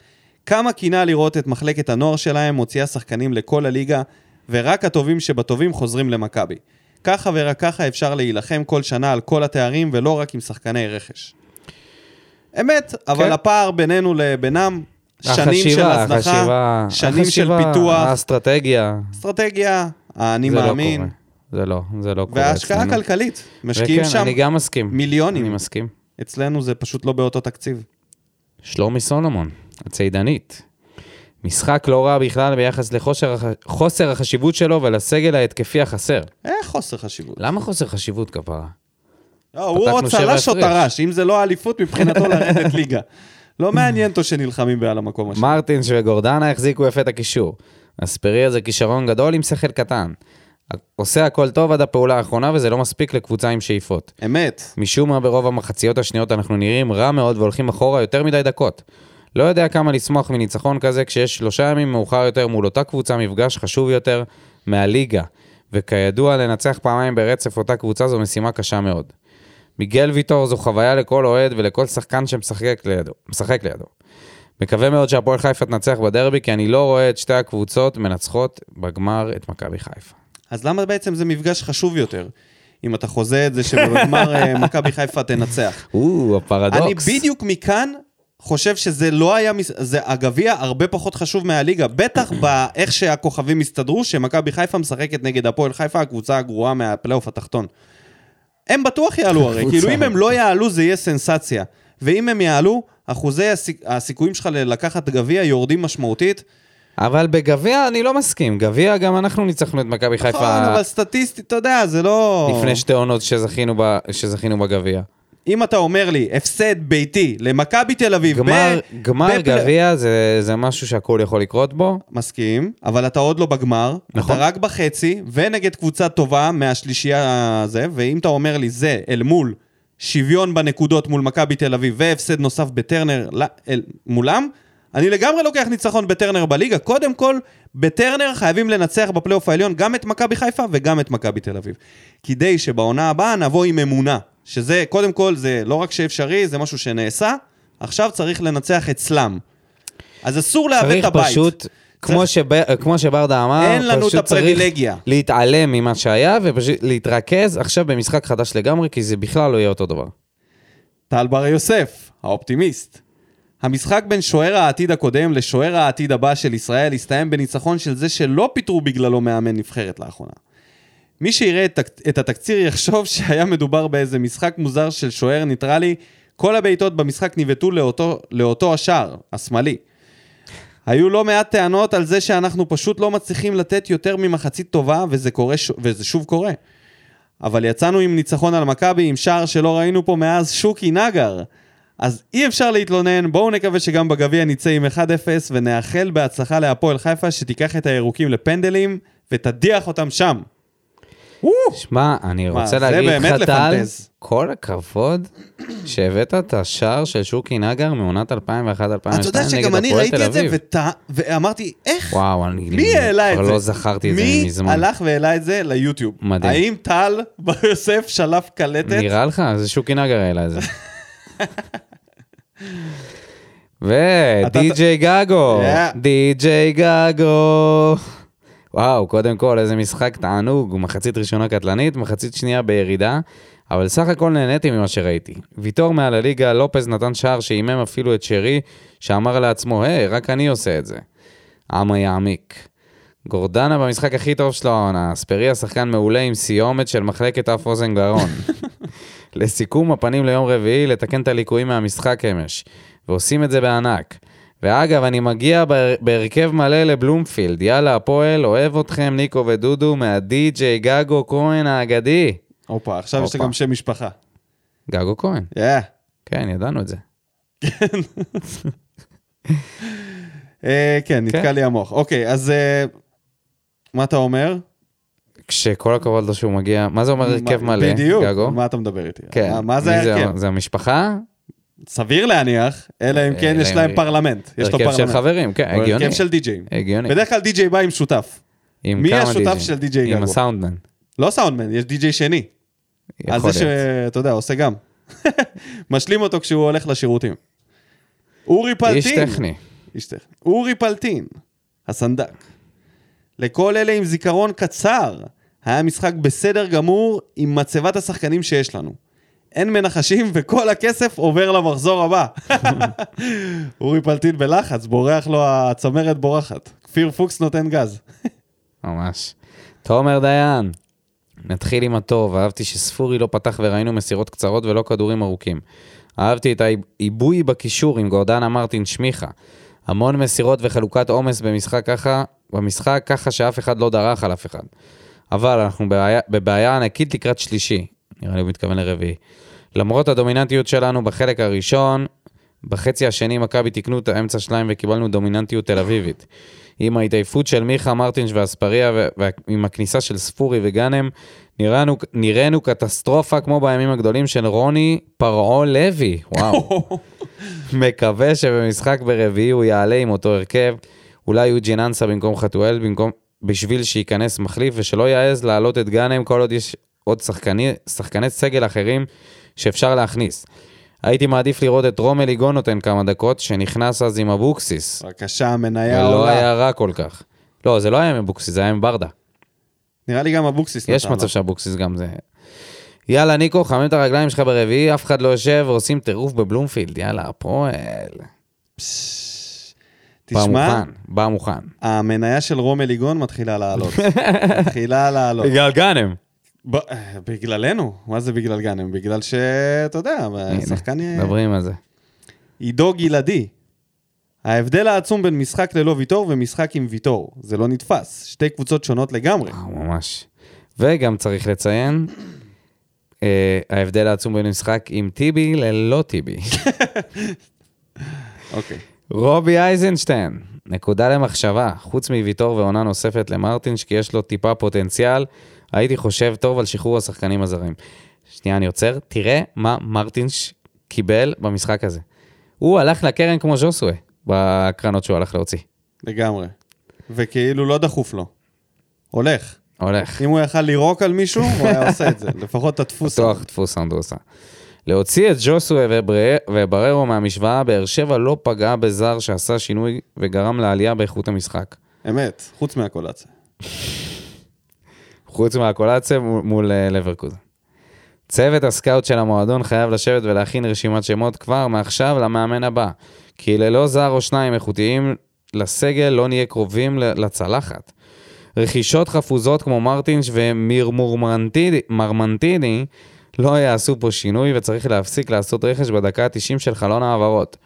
כמה קינה לראות את מחלקת הנוער שלהם מוציאה שחקנים לכל הליגה, ורק הטובים שבטובים חוזרים למכבי. ככה ורק ככה אפשר להילחם כל שנה על כל התארים, ולא רק עם שחקני רכש. אמת, אבל כן. הפער בינינו לבינם, שנים של החשיבה, הזנחה, החשיבה, שנים החשיבה, של פיתוח, האסטרטגיה. אסטרטגיה, האני זה לא מאמין, קורה. זה לא, זה לא קורה וההשקעה אצלנו. הכלכלית. משקיעים וכן, שם, אני גם מסכים. מיליונים. אני מסכים. אצלנו זה פשוט לא באותו תקציב. שלומי סולומון, הצידנית. משחק לא רע בכלל ביחס לחוסר הח- חוסר החשיבות שלו ולסגל ההתקפי החסר. אה, חוסר חשיבות. למה חוסר חשיבות כפרה? לא, הוא או פתחנו שבע צלש או הפרש. טרש, אם זה לא האליפות, <laughs> מבחינתו לרדת ליגה. לא מעניין אותו שנלחמים בעל המקום השני. מרטינס וגורדנה החזיקו יפה את הקישור. אספריה זה כישרון גדול עם שכל קטן. עושה הכל טוב עד הפעולה האחרונה וזה לא מספיק לקבוצה עם שאיפות. אמת. משום מה ברוב המחציות השניות אנחנו נראים רע מאוד והולכים אחורה יותר מדי דקות. לא יודע כמה לשמוח מניצחון כזה כשיש שלושה ימים מאוחר יותר מול אותה קבוצה מפגש חשוב יותר מהליגה, וכידוע לנצח פעמיים ברצף אותה קבוצה זו משימה קשה מאוד. מיגל ויטור זו חוויה לכל אוהד ולכל שחקן שמשחק לידו. משחק לידו. מקווה מאוד שהפועל חיפה תנצח בדרבי, כי אני לא רואה את שתי הקבוצות מנצחות בגמר את מכבי חיפה. אז למה בעצם זה מפגש חשוב יותר? אם אתה חוזה את זה שבגמר אה, מכבי חיפה תנצח. או, הפרדוקס. אני בדיוק מכאן חושב שזה לא היה, מס- זה הגביע הרבה פחות חשוב מהליגה, <clears throat> בטח באיך שהכוכבים הסתדרו, שמכבי חיפה משחקת נגד הפועל חיפה, הקבוצה הגרועה מהפלייאוף התחתון. הם בטוח יעלו הרי, הקבוצה. כאילו אם הם לא יעלו זה יהיה סנסציה. ואם הם יעלו, אחוזי הסיכ... הסיכויים שלך לקחת גביע יורדים משמעותית. אבל בגביע אני לא מסכים, גביע גם אנחנו ניצחנו את מכבי נכון, חיפה אבל סטטיסטית, אתה יודע, זה לא... לפני שתי עונות שזכינו ב- שזכינו בגביע. אם אתה אומר לי, הפסד ביתי למכבי תל אביב, גמר- ב- גמר בפלי- גביע זה זה משהו שהכול יכול לקרות בו. מסכים, אבל אתה עוד לא בגמר, נכון. נכון. אתה רק בחצי, ונגד קבוצה טובה מהשלישייה הזה, ואם אתה אומר לי זה אל מול שוויון בנקודות מול מכבי תל אביב והפסד נוסף בטרנר ל- אל- מולם, אני לגמרי לוקח ניצחון בטרנר בליגה. קודם כל, בטרנר חייבים לנצח בפלייאוף העליון גם את מכבי חיפה וגם את מכבי תל אביב. כדי שבעונה הבאה נבוא עם אמונה. שזה, קודם כל, זה לא רק שאפשרי, זה משהו שנעשה, עכשיו צריך לנצח אצלם. אז אסור לאבד את צריך הבית. פשוט, כמו, שב, כמו שברדה אמר, אין לנו את פשוט צריך הפריבילגיה. להתעלם ממה שהיה ופשוט להתרכז עכשיו במשחק חדש לגמרי, כי זה בכלל לא יהיה אותו דבר. טל בר יוסף, האופטימיסט. המשחק בין שוער העתיד הקודם לשוער העתיד הבא של ישראל הסתיים בניצחון של זה שלא פיטרו בגללו מאמן נבחרת לאחרונה. מי שיראה את, תק- את התקציר יחשוב <laughs> שהיה מדובר באיזה משחק מוזר של שוער ניטרלי, כל הבעיטות במשחק ניבטו לאותו, לאותו השער, השמאלי. היו לא מעט טענות על זה שאנחנו פשוט לא מצליחים לתת יותר ממחצית טובה, וזה, קורה, ש- וזה שוב קורה. אבל יצאנו עם ניצחון על מכבי, עם שער שלא ראינו פה מאז שוקי נגר. אז אי אפשר להתלונן, בואו נקווה שגם בגביע נצא עם 1-0 ונאחל בהצלחה להפועל חיפה שתיקח את הירוקים לפנדלים ותדיח אותם שם. שמע, אני מה, רוצה זה להגיד באמת לך, טל, לפנטז. כל הכבוד שהבאת את השער של שוקי נגר מעונת 2001-2002 אתה יודע נגד שגם אני הפועל תל ראיתי את זה אביב. וטע- ואמרתי, איך? וואו, אני מי העלה את זה? כבר לא זכרתי את זה מי מזמן. הלך והעלה את זה ליוטיוב? מדהים. האם טל בר יוסף שלף קלטת? נראה לך? זה שוקי נגר העלה את זה. <laughs> ודי.ג'יי גגו, Yeah. די.ג'יי גגו. וואו, קודם כל, איזה משחק תענוג, מחצית ראשונה קטלנית, מחצית שנייה בירידה, אבל סך הכל נהניתי ממה שראיתי. ויטור מעל הליגה, לופז נתן שער שעימם אפילו את שרי, שאמר לעצמו, היי, רק אני עושה את זה. עמה יעמיק. גורדנה במשחק הכי טוב שלו העונה, אספריה שחקן מעולה עם סיומת של מחלקת אף אוזן גרון. לסיכום הפנים ליום רביעי, לתקן את הליקויים מהמשחק אמש. ועושים את זה בענק. ואגב, אני מגיע בהר- בהרכב מלא לבלומפילד. יאללה, הפועל, אוהב אתכם, ניקו ודודו, מהדי-ג'יי גגו כהן האגדי. הופה, עכשיו יש לי הופה. גם שם משפחה. גגו כהן, אה. כן, ידענו את זה. אה, כן, נתקע כן. לי המוח. אוקיי, אז אה, מה אתה אומר? כשכל הכבוד לו שהוא מגיע, מה זה אומר הרכב מה- מלא, בדיוק, גגו? מה אתה מדבר איתי? כן. מה- מה זה מי ההרכב? זה המשפחה? סביר להניח, אלא אם כן אה, אלא יש אם- להם פרכמנט. יש לו הרכב של פרלמנט. חברים, כן, או הגיוני. הרכב של די-ג'אים. הגיוני. בדרך כלל די-ג'יי בא עם שותף. עם מי כמה השותף די-ג'אים? של די-ג'יי עם גגו? הסאונדמן. לא סאונדמן, יש די-ג'יי שני. על יכול זה להיות. שאתה יודע, עושה גם. <laughs> משלים אותו כשהוא הולך לשירותים. אורי פלטין. איש טכני. איש טכני. אורי פלטין, הסנדק. לכל אלה עם זיכרון קצר, היה משחק בסדר גמור עם מצבת השחקנים שיש לנו. אין מנחשים וכל הכסף עובר למחזור הבא. <laughs> אורי פלטין בלחץ, בורח לו הצמרת בורחת. כפיר פוקס נותן גז. ממש. תומר דיין, נתחיל עם הטוב, אהבתי שספורי לא פתח וראינו מסירות קצרות ולא כדורים ארוכים. אהבתי את העיבוי בקישור עם גורדנה מרטין שמיכה. המון מסירות וחלוקת עומס במשחק ככה, במשחק ככה שאף אחד לא דרך על אף אחד. אבל אנחנו בבעיה, בבעיה ענקית לקראת שלישי, נראה לי הוא מתכוון לרביעי. למרות הדומיננטיות שלנו בחלק הראשון, בחצי השני מכבי תיקנו את האמצע שלהם וקיבלנו דומיננטיות תל אביבית. עם ההתעייפות של מיכה מרטינש ואספריה ו- ועם הכניסה של ספורי וגאנם, נראינו, נראינו קטסטרופה כמו בימים הגדולים של רוני פרעה לוי. וואו. מקווה שבמשחק ברביעי הוא יעלה עם אותו הרכב, אולי יוג'ין אנסה במקום חתואל, במקום, בשביל שייכנס מחליף, ושלא יעז להעלות את גאנם כל עוד יש עוד שחקני, שחקני סגל אחרים שאפשר להכניס. הייתי מעדיף לראות את רומל איגון נותן כמה דקות, שנכנס אז עם <laughs> אבוקסיס. בבקשה, המניה ולא עולה. היה רע כל כך. לא, זה לא היה עם אבוקסיס, זה היה עם ברדה. נראה לי גם אבוקסיס יש נתן לו. מצב שאבוקסיס גם זה... יאללה, ניקו, חמם את הרגליים שלך ברביעי, אף אחד לא יושב, ועושים טירוף בבלומפילד, יאללה, הפועל. פשש. בא תשמע, מוכן, בא מוכן. המניה של רום אליגון מתחילה <laughs> לעלות. מתחילה לעלות. בגלל גאנם. ב... אה, בגללנו, מה זה בגלל גאנם? בגלל שאתה יודע, השחקן... הנה, מדברים על זה. עידו גלעדי. ההבדל העצום בין משחק ללא ויטור ומשחק עם ויטור. זה לא נתפס. שתי קבוצות שונות לגמרי. וואו, אה, ממש. וגם צריך לציין, אה, ההבדל העצום בין משחק עם טיבי ללא טיבי. אוקיי. רובי אייזנשטיין, נקודה למחשבה, חוץ מוויטור ועונה נוספת למרטינש, כי יש לו טיפה פוטנציאל, הייתי חושב טוב על שחרור השחקנים הזרים. שנייה, אני עוצר, תראה מה מרטינש קיבל במשחק הזה. הוא הלך לקרן כמו ז'וסווה בקרנות שהוא הלך להוציא. לגמרי. וכאילו לא דחוף לו. הולך. הולך. אם הוא יכל לירוק על מישהו, הוא היה עושה את זה. לפחות את הדפוס. פתוח דפוס אנדרוסה. להוציא את ג'וסווה וברר- ובררו מהמשוואה, באר שבע לא פגעה בזר שעשה שינוי וגרם לעלייה באיכות המשחק. אמת, חוץ מהקולציה. חוץ מהקולציה מול- מול אה, לברקוזן. צוות הסקאוט של המועדון חייב לשבת ולהכין רשימת שמות כבר מעכשיו למאמן הבא, כי ללא זר או שניים איכותיים לסגל לא נהיה קרובים ל- לצלחת. רכישות חפוזות כמו מרטינש ומיר מורמנטידי- מרמנטיני לא יעשו פה שינוי וצריך להפסיק לעשות רכש בדקה ה-90 של חלון העברות.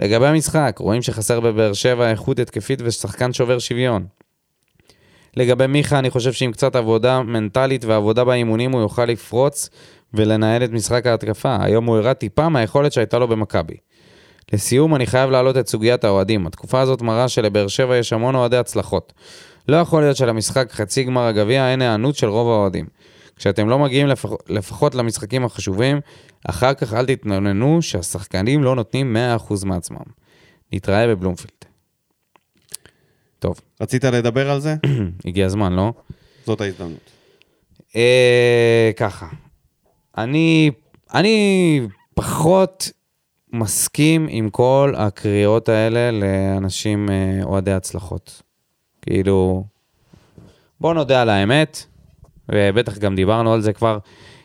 לגבי המשחק, רואים שחסר בבאר שבע איכות התקפית ושחקן שובר שוויון. לגבי מיכה, אני חושב שעם קצת עבודה מנטלית ועבודה באימונים הוא יוכל לפרוץ ולנהל את משחק ההתקפה. היום הוא הראה טיפה מהיכולת שהייתה לו במכבי. לסיום, אני חייב להעלות את סוגיית האוהדים. התקופה הזאת מראה שלבאר שבע יש המון אוהדי הצלחות. לא יכול להיות שלמשחק חצי גמר הגביע אין היענות של רוב האוהדים. כשאתם לא מגיעים לפח... לפחות למשחקים החשובים, אחר כך אל תתנוננו שהשחקנים לא נותנים 100% מעצמם. נתראה בבלומפילד. טוב, <clears throat> רצית לדבר על זה? הגיע הזמן, לא? זאת ההזדמנות. אה, ככה, אני, אני פחות מסכים עם כל הקריאות האלה לאנשים אה, אוהדי הצלחות. כאילו, בוא נודה על האמת, ובטח גם דיברנו על זה כבר,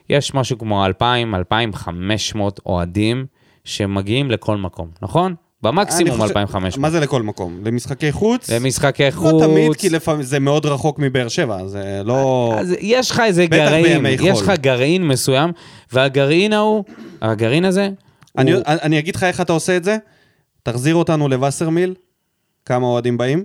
יש משהו כמו 2,000-2,500 אוהדים שמגיעים לכל מקום, נכון? אני במקסימום חושב- 2,500. מה זה לכל מקום? למשחקי חוץ? למשחקי לא חוץ. תמיד, כי לפעמים זה מאוד רחוק מבאר שבע, זה לא... אז יש לך איזה בטח גרעין, בימי חול. יש לך גרעין מסוים, והגרעין ההוא, הגרעין הזה, אני, הוא- אני אגיד לך איך אתה עושה את זה, תחזיר אותנו לווסרמיל, כמה אוהדים באים.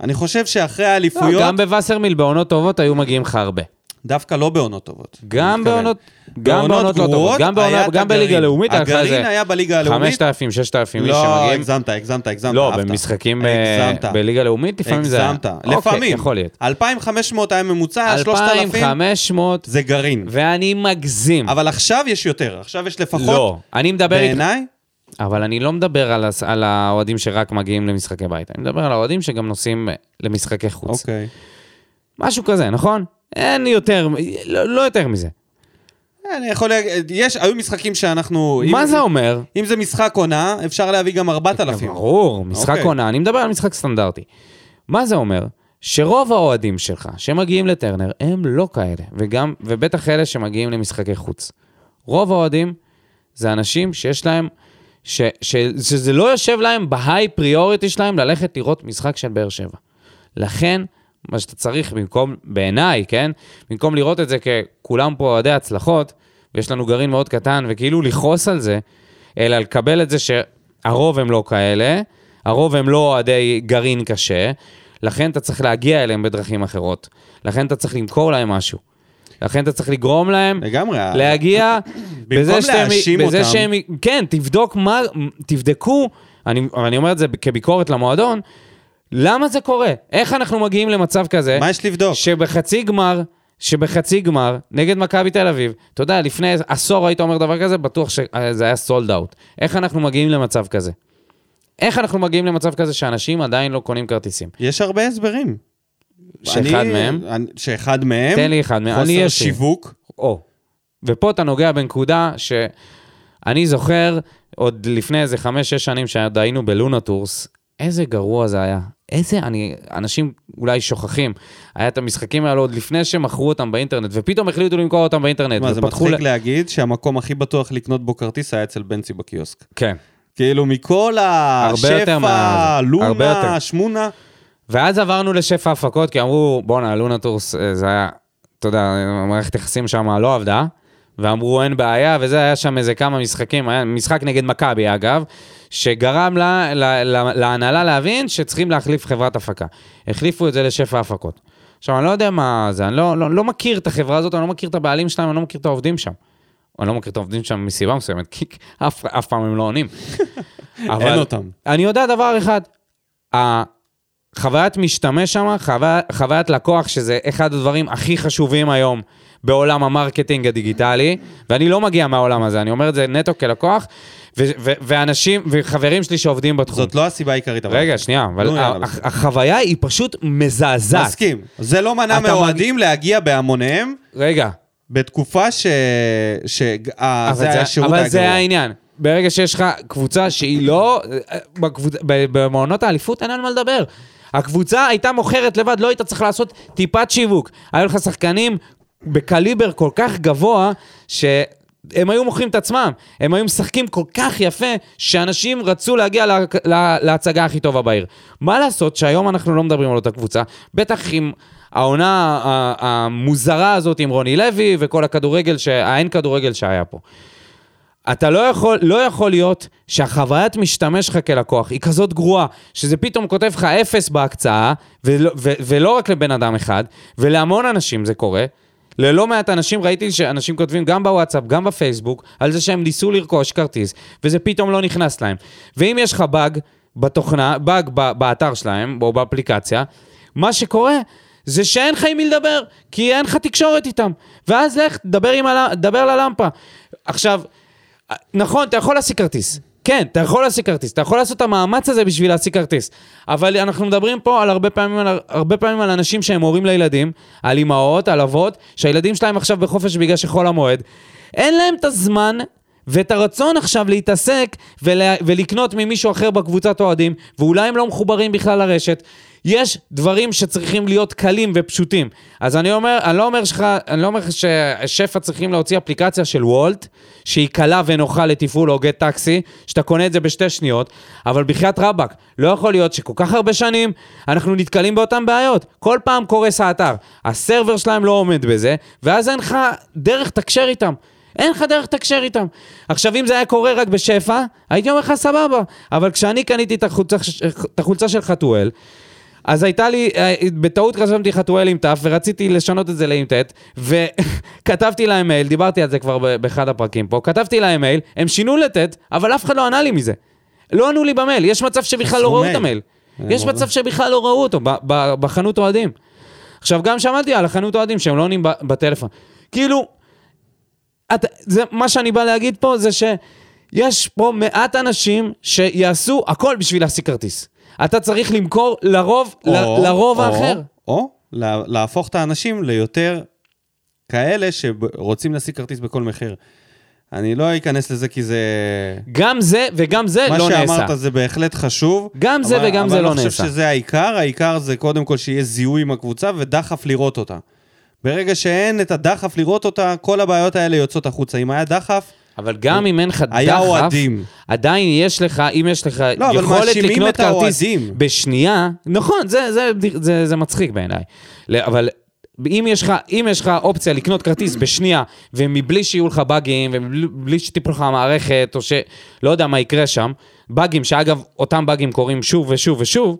אני חושב שאחרי לא, האליפויות, גם בווסרמיל בעונות טובות היו מגיעים לך הרבה. דווקא לא בעונות טובות. אני גם מתכוון. בעונות, גם בעונות לא טובות, גרועות גם היה בעונות, את גם בליגה הגרעין. הלאומית, היה לך הגרעין איזה היה בליגה הלאומית. 5,000, 6,000 איש לא, שמגיעים. הגזמת, הגזמת, הגזמת. לא, אהבת. במשחקים אה, הגזמת. בליגה לאומית לפעמים זה היה. הגזמת. אוקיי, לפעמים. יכול להיות. 2,500 היה ממוצע, 3,000 2,500, זה גרעין. ואני מגזים. אבל עכשיו יש יותר, עכשיו יש לפחות, לא, אני מדבר איתך. בעיניי, אבל אני לא מדבר על, הס- על האוהדים שרק מגיעים למשחקי בית, אני מדבר על האוהדים שגם נוסעים אה, למשחקי חוץ. אוקיי. משהו כזה, נכון? אין יותר, לא, לא יותר מזה. אה, אני יכול להגיד, יש, היו משחקים שאנחנו... מה אם- זה אומר? אה, אם זה משחק עונה, אפשר להביא גם 4,000. ברור, משחק אוקיי. עונה, אני מדבר על משחק סטנדרטי. מה זה אומר? שרוב האוהדים שלך שמגיעים לטרנר הם לא כאלה, וגם, ובטח אלה שמגיעים למשחקי חוץ. רוב האוהדים זה אנשים שיש להם, ש, ש, שזה לא יושב להם בהיי פריוריטי שלהם ללכת לראות משחק של באר שבע. לכן, מה שאתה צריך במקום, בעיניי, כן? במקום לראות את זה ככולם פה אוהדי הצלחות, ויש לנו גרעין מאוד קטן, וכאילו לכעוס על זה, אלא לקבל את זה שהרוב הם לא כאלה, הרוב הם לא אוהדי גרעין קשה, לכן אתה צריך להגיע אליהם בדרכים אחרות. לכן אתה צריך למכור להם משהו. לכן אתה צריך לגרום להם לגמרי. להגיע בזה שאתם... להאשים בזה אותם. שהם... כן, תבדוק מה... תבדקו, אני, אני אומר את זה כביקורת למועדון, למה זה קורה? איך אנחנו מגיעים למצב כזה? מה יש לבדוק? שבחצי גמר, שבחצי גמר, נגד מכבי תל אביב, אתה יודע, לפני עשור היית אומר דבר כזה, בטוח שזה היה סולד אאוט. איך אנחנו מגיעים למצב כזה? איך אנחנו מגיעים למצב כזה שאנשים עדיין לא קונים כרטיסים? יש הרבה הסברים. שאחד אני- מהם, אני- שאחד מהם, תן לי אחד מהם, אני חוסר יש לי. שיווק, או. ופה אתה נוגע בנקודה שאני זוכר עוד לפני איזה חמש-שש שנים שעוד היינו בלונטורס, איזה גרוע זה היה. איזה, אני, אנשים אולי שוכחים, היה את המשחקים האלו עוד לפני שמכרו אותם באינטרנט, ופתאום החליטו למכור אותם באינטרנט. מה, זה ופתחו מצחיק כן, ל- להגיד שהמקום הכי בטוח לקנות בו כרטיס היה אצל בנצי בקיוסק. כן. כאילו מכל יותר השפע, מה- הרבה לונה, יותר. שמונה, ואז עברנו לשפע ההפקות, כי אמרו, בואנה, לונטורס, אה, זה היה, אתה יודע, מערכת יחסים שם לא עבדה, ואמרו, אין בעיה, וזה היה שם איזה כמה משחקים, היה משחק נגד מכבי, אגב, שגרם לה, לה, לה, להנהלה להבין שצריכים להחליף חברת הפקה. החליפו את זה לשפע ההפקות. עכשיו, אני לא יודע מה זה, אני לא, לא, לא מכיר את החברה הזאת, אני לא מכיר את הבעלים שלהם, אני לא מכיר את העובדים שם. אני לא מכיר את העובדים שם מסיבה מסוימת, כי אף, אף פעם הם לא עונים. אין אותם. אני יודע דבר אחד, ה- חוויית משתמש שם, חוו... חוויית לקוח, שזה אחד הדברים הכי חשובים היום בעולם המרקטינג הדיגיטלי, ואני לא מגיע מהעולם הזה, אני אומר את זה נטו כלקוח, ו- ו- ואנשים וחברים שלי שעובדים בתחום. זאת לא הסיבה העיקרית, אבל... רגע, שנייה, נו, אבל יאללה, ה- בסדר. ה- החוויה היא פשוט מזעזעת. מסכים. זה לא מנע אתה מאוהדים להגיע בהמוניהם רגע, בתקופה ש... ש... אה, אבל זה היה שירות אבל זה הגרוע. העניין. ברגע שיש לך קבוצה שהיא לא... בקבוצ... ב- במעונות האליפות אין על מה לדבר. הקבוצה הייתה מוכרת לבד, לא היית צריך לעשות טיפת שיווק. היו לך שחקנים בקליבר כל כך גבוה, שהם היו מוכרים את עצמם. הם היו משחקים כל כך יפה, שאנשים רצו להגיע לה... לה... להצגה הכי טובה בעיר. מה לעשות שהיום אנחנו לא מדברים על אותה קבוצה, בטח עם... העונה ה- המוזרה הזאת עם רוני לוי וכל הכדורגל, ש- האין כדורגל שהיה פה. אתה לא יכול, לא יכול להיות שהחוויית משתמש שלך כלקוח היא כזאת גרועה, שזה פתאום כותב לך אפס בהקצאה, ולא, ו, ולא רק לבן אדם אחד, ולהמון אנשים זה קורה. ללא מעט אנשים, ראיתי שאנשים כותבים גם בוואטסאפ, גם בפייסבוק, על זה שהם ניסו לרכוש כרטיס, וזה פתאום לא נכנס להם. ואם יש לך באג בתוכנה, באג ב- באתר שלהם, או באפליקציה, מה שקורה זה שאין לך עם מי לדבר, כי אין לך תקשורת איתם. ואז לך, דבר, עם הל... דבר ללמפה. עכשיו, נכון, אתה יכול להשיג כרטיס. כן, אתה יכול להשיג כרטיס, אתה יכול לעשות את המאמץ הזה בשביל להשיג כרטיס. אבל אנחנו מדברים פה על הרבה פעמים על, הרבה פעמים על אנשים שהם הורים לילדים, על אימהות, על אבות, שהילדים שלהם עכשיו בחופש בגלל שחול המועד. אין להם את הזמן ואת הרצון עכשיו להתעסק ולה, ולקנות ממישהו אחר בקבוצת אוהדים, ואולי הם לא מחוברים בכלל לרשת. יש דברים שצריכים להיות קלים ופשוטים. אז אני אומר, אני לא אומר שלך, אני לא אומר ששפע צריכים להוציא אפליקציה של וולט, שהיא קלה ונוחה לתפעול הוגה טקסי, שאתה קונה את זה בשתי שניות, אבל בחייאת רבאק, לא יכול להיות שכל כך הרבה שנים אנחנו נתקלים באותן בעיות. כל פעם קורס האתר, הסרבר שלהם לא עומד בזה, ואז אין לך דרך תקשר איתם. אין לך דרך לתקשר איתם. עכשיו, אם זה היה קורה רק בשפע, הייתי אומר לך סבבה. אבל כשאני קניתי את החולצה, את החולצה של חתואל, אז הייתה לי, אה, בטעות רשמתי חתואל עם ת' ורציתי לשנות את זה לעם ט', וכתבתי להם מייל, דיברתי על זה כבר ב- באחד הפרקים פה, כתבתי להם מייל, הם שינו לט', אבל אף אחד לא ענה לי מזה. לא ענו לי במייל, יש מצב שבכלל עשו לא ראו מייל. אה, את המייל. אני יש מאוד- מצב שבכלל לא ראו אותו ב- ב- בחנות אוהדים. עכשיו, גם שמעתי על החנות אוהדים שהם לא עונים ב- בטלפון. כאילו, את, זה, מה שאני בא להגיד פה זה שיש פה מעט אנשים שיעשו הכל בשביל להשיג כרטיס. אתה צריך למכור לרוב, או- ל, לרוב או- האחר. או לה- להפוך את האנשים ליותר כאלה שרוצים להשיג כרטיס בכל מחיר. אני לא אכנס לזה כי זה... גם זה וגם זה מה לא נעשה. שאמרת זה בהחלט חשוב. גם זה אבל- וגם זה לא אבל אני נעשה. חושב שזה העיקר, העיקר זה קודם כל שיהיה זיהוי עם הקבוצה ודחף לראות אותה. ברגע שאין את הדחף לראות אותה, כל הבעיות האלה יוצאות החוצה. אם היה דחף, אבל גם אם אין לך היה דחף, אוהדים. עדיין יש לך, אם יש לך לא, אבל יכולת מאשימים לקנות את כרטיס האוהדים. בשנייה, נכון, זה, זה, זה, זה מצחיק בעיניי. ל- אבל אם יש, לך, אם יש לך אופציה לקנות כרטיס בשנייה, ומבלי שיהיו לך באגים, ומבלי שתיפול לך המערכת, או שלא יודע מה יקרה שם, באגים, שאגב, אותם באגים קורים שוב ושוב ושוב,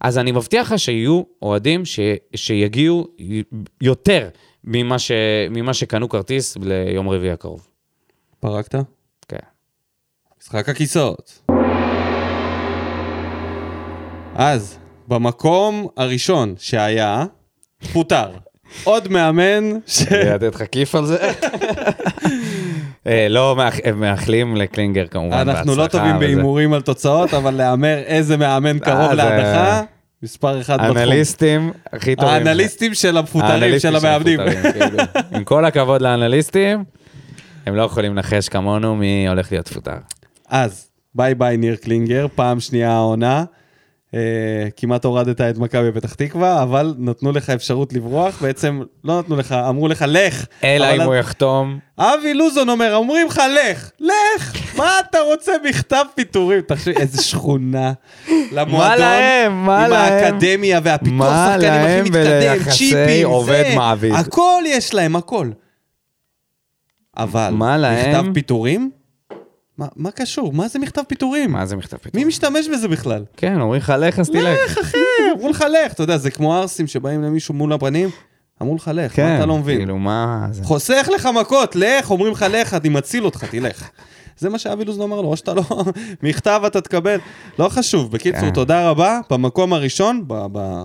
אז אני מבטיח לך שיהיו אוהדים ש, שיגיעו י- יותר ממה, ש, ממה שקנו כרטיס ליום רביעי הקרוב. פרקת? כן. משחק הכיסאות. אז, במקום הראשון שהיה, פוטר. עוד מאמן ש... לתת לך כיף <laughs> על זה? לא, מאח- מאחלים לקלינגר כמובן אנחנו לא בהצלחה, טובים אבל זה- אה, בהימורים על תוצאות, אבל להמר איזה מאמן קרוב זה- להדחה, מספר אחד בתחום. האנליסטים הכי טובים. האנליסטים של המפוטרים, האנליסטים של המאבדים. <laughs> המפוטרים, כאילו. עם כל הכבוד לאנליסטים, הם לא יכולים לנחש כמונו מי הולך להיות פוטר. אז, ביי ביי ניר קלינגר, פעם שנייה העונה. אה, כמעט הורדת את מכבי פתח תקווה, אבל נתנו לך אפשרות לברוח, בעצם לא נתנו לך, אמרו לך לך. אלא אבל אם הוא יחתום. אבי לוזון אומר, אומרים לך, לך, לך, מה אתה רוצה מכתב פיטורים? תחשוב, איזה <laughs> שכונה למועדון. להם? מה עם להם? האקדמיה והפיתוח מה שחקנים הכי להם מתקדם, וליחסי צ'יפים, עובד זה, מעביד? הכל יש להם, הכל. אבל, מה להם? מכתב פיטורים? מה, מה קשור? מה זה מכתב פיטורים? מה זה מכתב פיתוח? מי משתמש בזה בכלל? כן, אומרים לך לך, אז תלך. לך, אחי, אמרו לך לך. אתה יודע, זה כמו ערסים שבאים למישהו מול הפנים, אמרו לך לך, כן, מה אתה לא מבין? כאילו, מה זה? חוסך לך מכות, לך, אומרים לך לך, אני מציל אותך, תלך. זה מה שאבי לוזון אמר לו, או שאתה לא... <laughs> מכתב אתה תקבל. לא חשוב. בקיצור, כן. תודה רבה. במקום הראשון, ב... ב...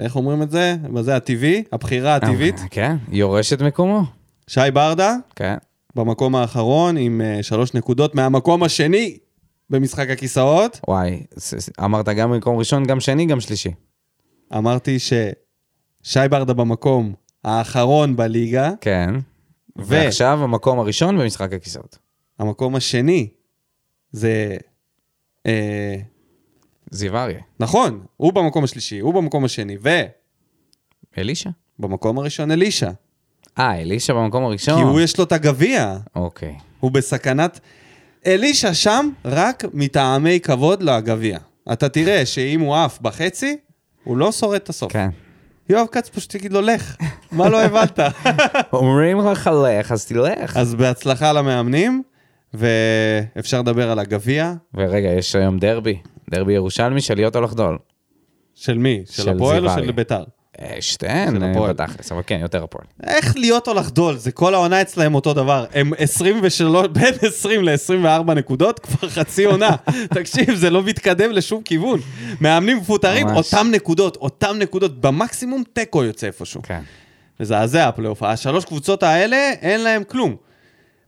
איך אומרים את זה? בזה הטבעי, הבחירה הטבעית. כן, יורש את מקומו. שי ברדה, כן. במקום האחרון, עם אה, שלוש נקודות מהמקום השני במשחק הכיסאות. וואי, ס- ס- אמרת גם במקום ראשון, גם שני, גם שלישי. אמרתי ששי ברדה במקום האחרון בליגה, כן. ועכשיו המקום הראשון במשחק הכיסאות. המקום השני זה... אה, זיו אריה. נכון, הוא במקום השלישי, הוא במקום השני, אלישע? ובמקום הראשון אלישע. אה, אלישע במקום הראשון? כי הוא יש לו את הגביע, אוקיי. הוא בסכנת... אלישע שם רק מטעמי כבוד לגביע. אתה תראה שאם הוא עף בחצי, הוא לא שורד את הסוף. כן. יואב כץ פשוט יגיד לו, לך, מה לא <laughs> הבנת? אומרים לך לך, אז תלך. אז בהצלחה למאמנים, ואפשר לדבר על הגביע. ורגע, יש היום דרבי. דרבי ירושלמי של להיות או לחדול. של מי? של של הפועל או זיו של אריה. ביתר? אה, שתיהן, של אה, הפועל. בתכלס, אבל כן, יותר הפועל. איך להיות או לחדול? זה כל העונה אצלהם אותו דבר. הם 23, <laughs> בין 20 ל-24 נקודות כבר חצי <laughs> עונה. תקשיב, זה לא מתקדם לשום כיוון. מאמנים מפוטרים, ממש. אותם נקודות, אותם נקודות. במקסימום תיקו יוצא איפשהו. כן. מזעזע הפלייאוף. השלוש קבוצות האלה, אין להם כלום.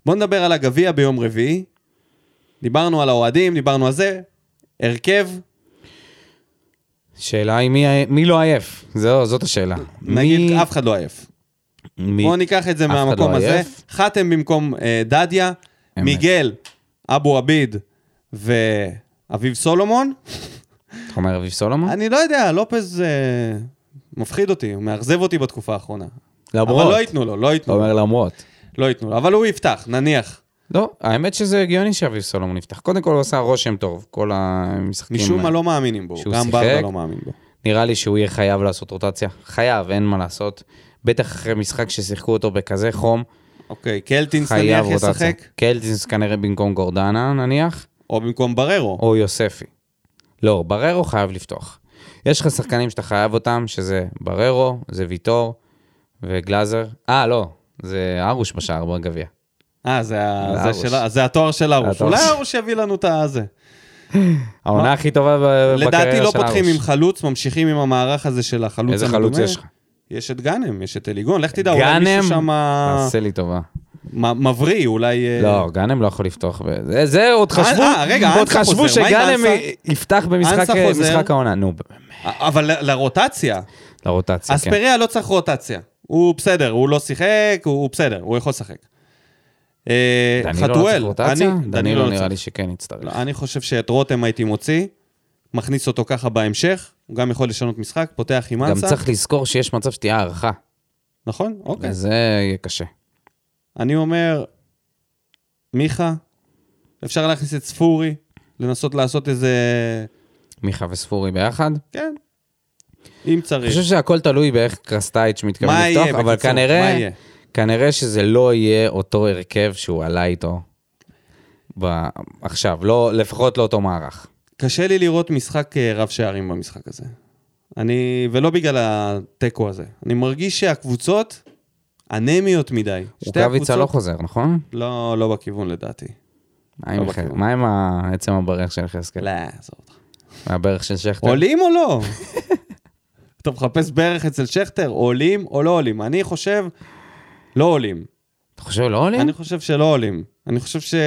בואו נדבר על הגביע ביום רביעי. דיברנו על האוהדים, דיברנו על זה. הרכב, שאלה היא מי, ה- מי לא עייף? זו, זאת השאלה. נגיד, מי- אף אחד לא עייף. מי... בואו ניקח את זה אף אחד מהמקום לא הזה. עייף. חתם במקום אה, דדיה, אמת. מיגל, אבו עביד ואביב סולומון. אתה אומר אביב סולומון? אני לא יודע, לופז אה, מפחיד אותי, הוא מאכזב אותי בתקופה האחרונה. למרות. אבל לא ייתנו לו, לא אתה ייתנו אומר לו. למרות. לא ייתנו לו, אבל הוא יפתח, נניח. לא, האמת שזה הגיוני שאביב סולומון יפתח. קודם כל הוא עשה רושם טוב, כל המשחקים. משום מה לא מאמינים בו, שהוא גם שיחק. ברדה לא מאמין בו. נראה לי שהוא יהיה חייב לעשות רוטציה. חייב, אין מה לעשות. בטח אחרי משחק ששיחקו אותו בכזה חום, אוקיי, קלטינס חייב נניח רוטציה. ישחק, קלטינס כנראה במקום גורדנה נניח, או במקום בררו. או יוספי. לא, בררו חייב לפתוח. יש לך שחקנים שאתה חייב אותם, שזה בררו, זה ויטור וגלאזר. אה, לא, זה ארוש בשער בגביע. אה, זה ה- זה הרוש. שלה- זה התואר של הרוש. התואר אולי של- הרוש יביא לנו את הזה. העונה הכי טובה ב- בקריירה של ארוש. לדעתי לא פותחים עם חלוץ, ממשיכים עם המערך הזה של החלוץ איזה חלוץ המדומה. יש לך? יש את גאנם, יש את אליגון, לך תדע, אולי גאנם? מישהו שם תעשה לי טובה. מבריא, אולי... אה, לא, גאנם לא יכול לפתוח. ב- זה- זה עוד חשבו, אה, רגע, עוד אנסה חשבו חוזר. מה עם שגאנם אנסה? י- יפתח במשחק אה, אנסה חוזר. משחק העונה. נו, באמת, אבל ל- לרוטציה, לרוטציה, כן. אספריה לא צריך רוטציה. הוא בסדר, הוא לא שיחק, הוא הוא בסדר, הוא יכול לשחק. אה, דנילו לא צריך חתואל, רוטציה? אני- דנילו דנילו לא נראה צריך. לי שכן יצטרך. לא, אני חושב שאת רותם הייתי מוציא, מכניס אותו ככה בהמשך, הוא גם יכול לשנות משחק, פותח עם גם אנסה. צריך לזכור שיש מצב שתהיה הערכה, נכון, אוקיי. וזה יהיה קשה. אני אומר, מיכה, אפשר להכניס את ספורי, לנסות לעשות איזה... מיכה וספורי ביחד. כן, אם אני צריך. חושב שהכל תלוי באיך קרסטייץ' מתכוון מה יהיה, לפתוח, אבל בקיצור, מה כנראה, יהיה? כנראה שזה לא יהיה אותו הרכב שהוא עלה איתו ב- עכשיו, לא- לפחות לא אותו מערך. קשה לי לראות משחק אה, רב שערים במשחק הזה. אני, ולא בגלל התיקו הזה. אני מרגיש שהקבוצות אנמיות מדי. שתי רוקאביצה לא כן. הקבוצות- חוזר, נכון? לא, לא בכיוון לדעתי. מה עם לא הח- בכיוון. מה עם ה- עצם הברך של יחזקאל? לא, עזוב אותך. הברך של שכטר? עולים או <laughs> לא? אתה מחפש ברך אצל שכטר, עולים או לא עולים? אני חושב, לא עולים. אתה חושב לא עולים? אני חושב שלא עולים. אני חושב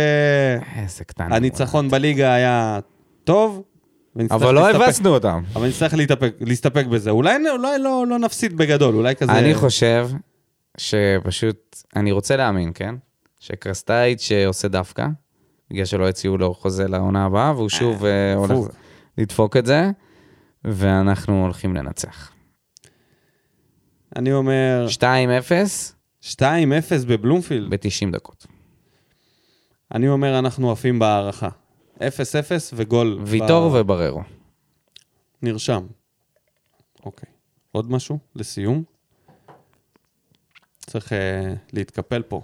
איזה קטן. שהניצחון בליגה היה טוב, ונצטרך אבל לא להסתפק- הבסנו אותם. אבל נצטרך להתאפק- להסתפק בזה. אולי נ- אולי לא לא נפסיד בגדול, אולי כזה... אני חושב שפשוט, אני רוצה להאמין, כן? שקרסטייץ' שעושה דווקא, בגלל שלא הציעו לו חוזה לעונה הבאה, והוא שוב אה, הולך דפוק. לדפוק את זה, ואנחנו הולכים לנצח. אני אומר, 2-0 2-0 בבלומפילד. ב-90 דקות. אה. אני אומר, אנחנו עפים בהערכה. 0-0 וגול. ב- ויטור ובררו. נרשם. אוקיי. עוד משהו? לסיום? צריך אה, להתקפל <laughs> פה.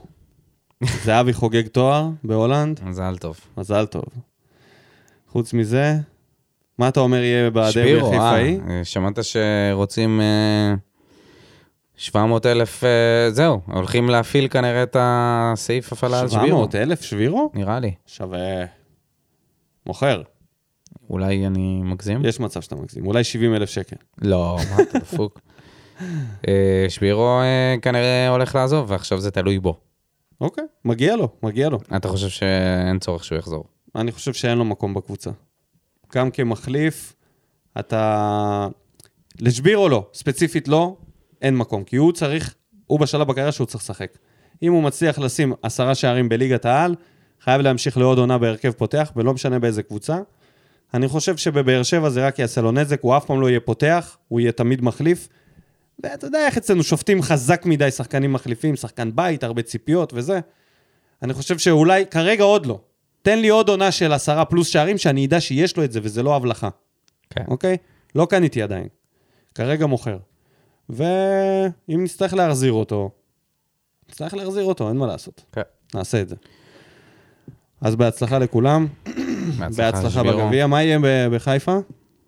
זהבי חוגג תואר בהולנד, מזל טוב. מזל טוב. חוץ מזה, מה אתה אומר יהיה בדרבי שפירו, החיפאי? אה, שמעת שרוצים... אה, 700 אלף, אה, זהו, הולכים להפעיל כנראה את הסעיף הפעלה לא על שבירו. 700 אלף שבירו? נראה לי. שווה... מוכר. אולי אני מגזים? יש מצב שאתה מגזים, אולי 70 אלף שקל. לא, מה <laughs> אתה דפוק? אה, שבירו אה, כנראה הולך לעזוב, ועכשיו זה תלוי בו. אוקיי, מגיע לו, מגיע לו. אתה חושב שאין צורך שהוא יחזור? אני חושב שאין לו מקום בקבוצה. גם כמחליף, אתה... לשבירו לא, ספציפית לא, אין מקום. כי הוא צריך, הוא בשלב בקריירה שהוא צריך לשחק. אם הוא מצליח לשים עשרה שערים בליגת העל, חייב להמשיך לעוד עונה בהרכב פותח, ולא משנה באיזה קבוצה. אני חושב שבבאר שבע זה רק יעשה לו נזק, הוא אף פעם לא יהיה פותח, הוא יהיה תמיד מחליף. ואתה יודע איך אצלנו שופטים חזק מדי שחקנים מחליפים, שחקן בית, הרבה ציפיות וזה. אני חושב שאולי, כרגע עוד לא. תן לי עוד עונה של עשרה פלוס שערים, שאני אדע שיש לו את זה, וזה לא הבלחה, כן. אוקיי? לא קניתי עדיין. כרגע מוכר. ואם נצטרך להחזיר אותו, נצטרך להחזיר אותו, אין מה לעשות. כן. נעשה את זה. אז בהצלחה לכולם, בהצלחה לשבירו. בגביע. מה יהיה ב- בחיפה?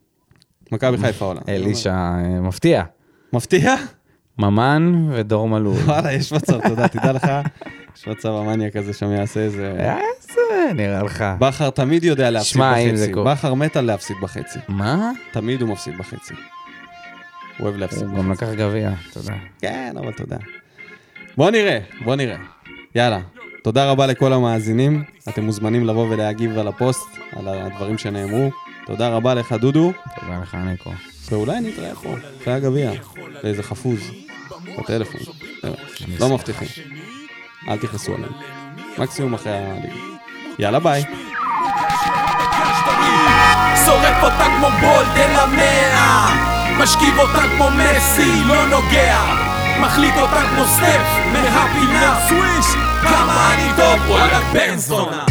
<laughs> מכבי חיפה עולה. אלישע אה, מפתיע. מפתיע? <laughs> ממן ודור מלול. וואלה, יש מצב, תודה, תדע לך. יש מצב המניאק הזה שם יעשה איזה... איזה נראה לך. בכר תמיד יודע להפסיד אה? שמע, אם זה בחצי. קורה. בכר מת על להפסיד בחצי. מה? תמיד הוא מפסיד בחצי. הוא אוהב להפסיד. הוא גם לקח גביע, אתה יודע. כן, אבל אתה יודע. בוא נראה, בוא נראה. יאללה, תודה רבה לכל המאזינים. אתם מוזמנים לבוא ולהגיב על הפוסט, על הדברים שנאמרו. תודה רבה לך, דודו. תודה לך, ניקו. ואולי נתראה פה, אחרי הגביע, לאיזה חפוז, בטלפון. לא, לא מבטיחים. אל תכעסו עליהם. מקסימום אחרי הליגה. יאללה, ביי. שורף אותה כמו בולד אל המאה משכיב אותה כמו מסי, לא נוגע מחליט אותה כמו סטף מהפינה סוויש כמה אני טוב, וואלה בן זונה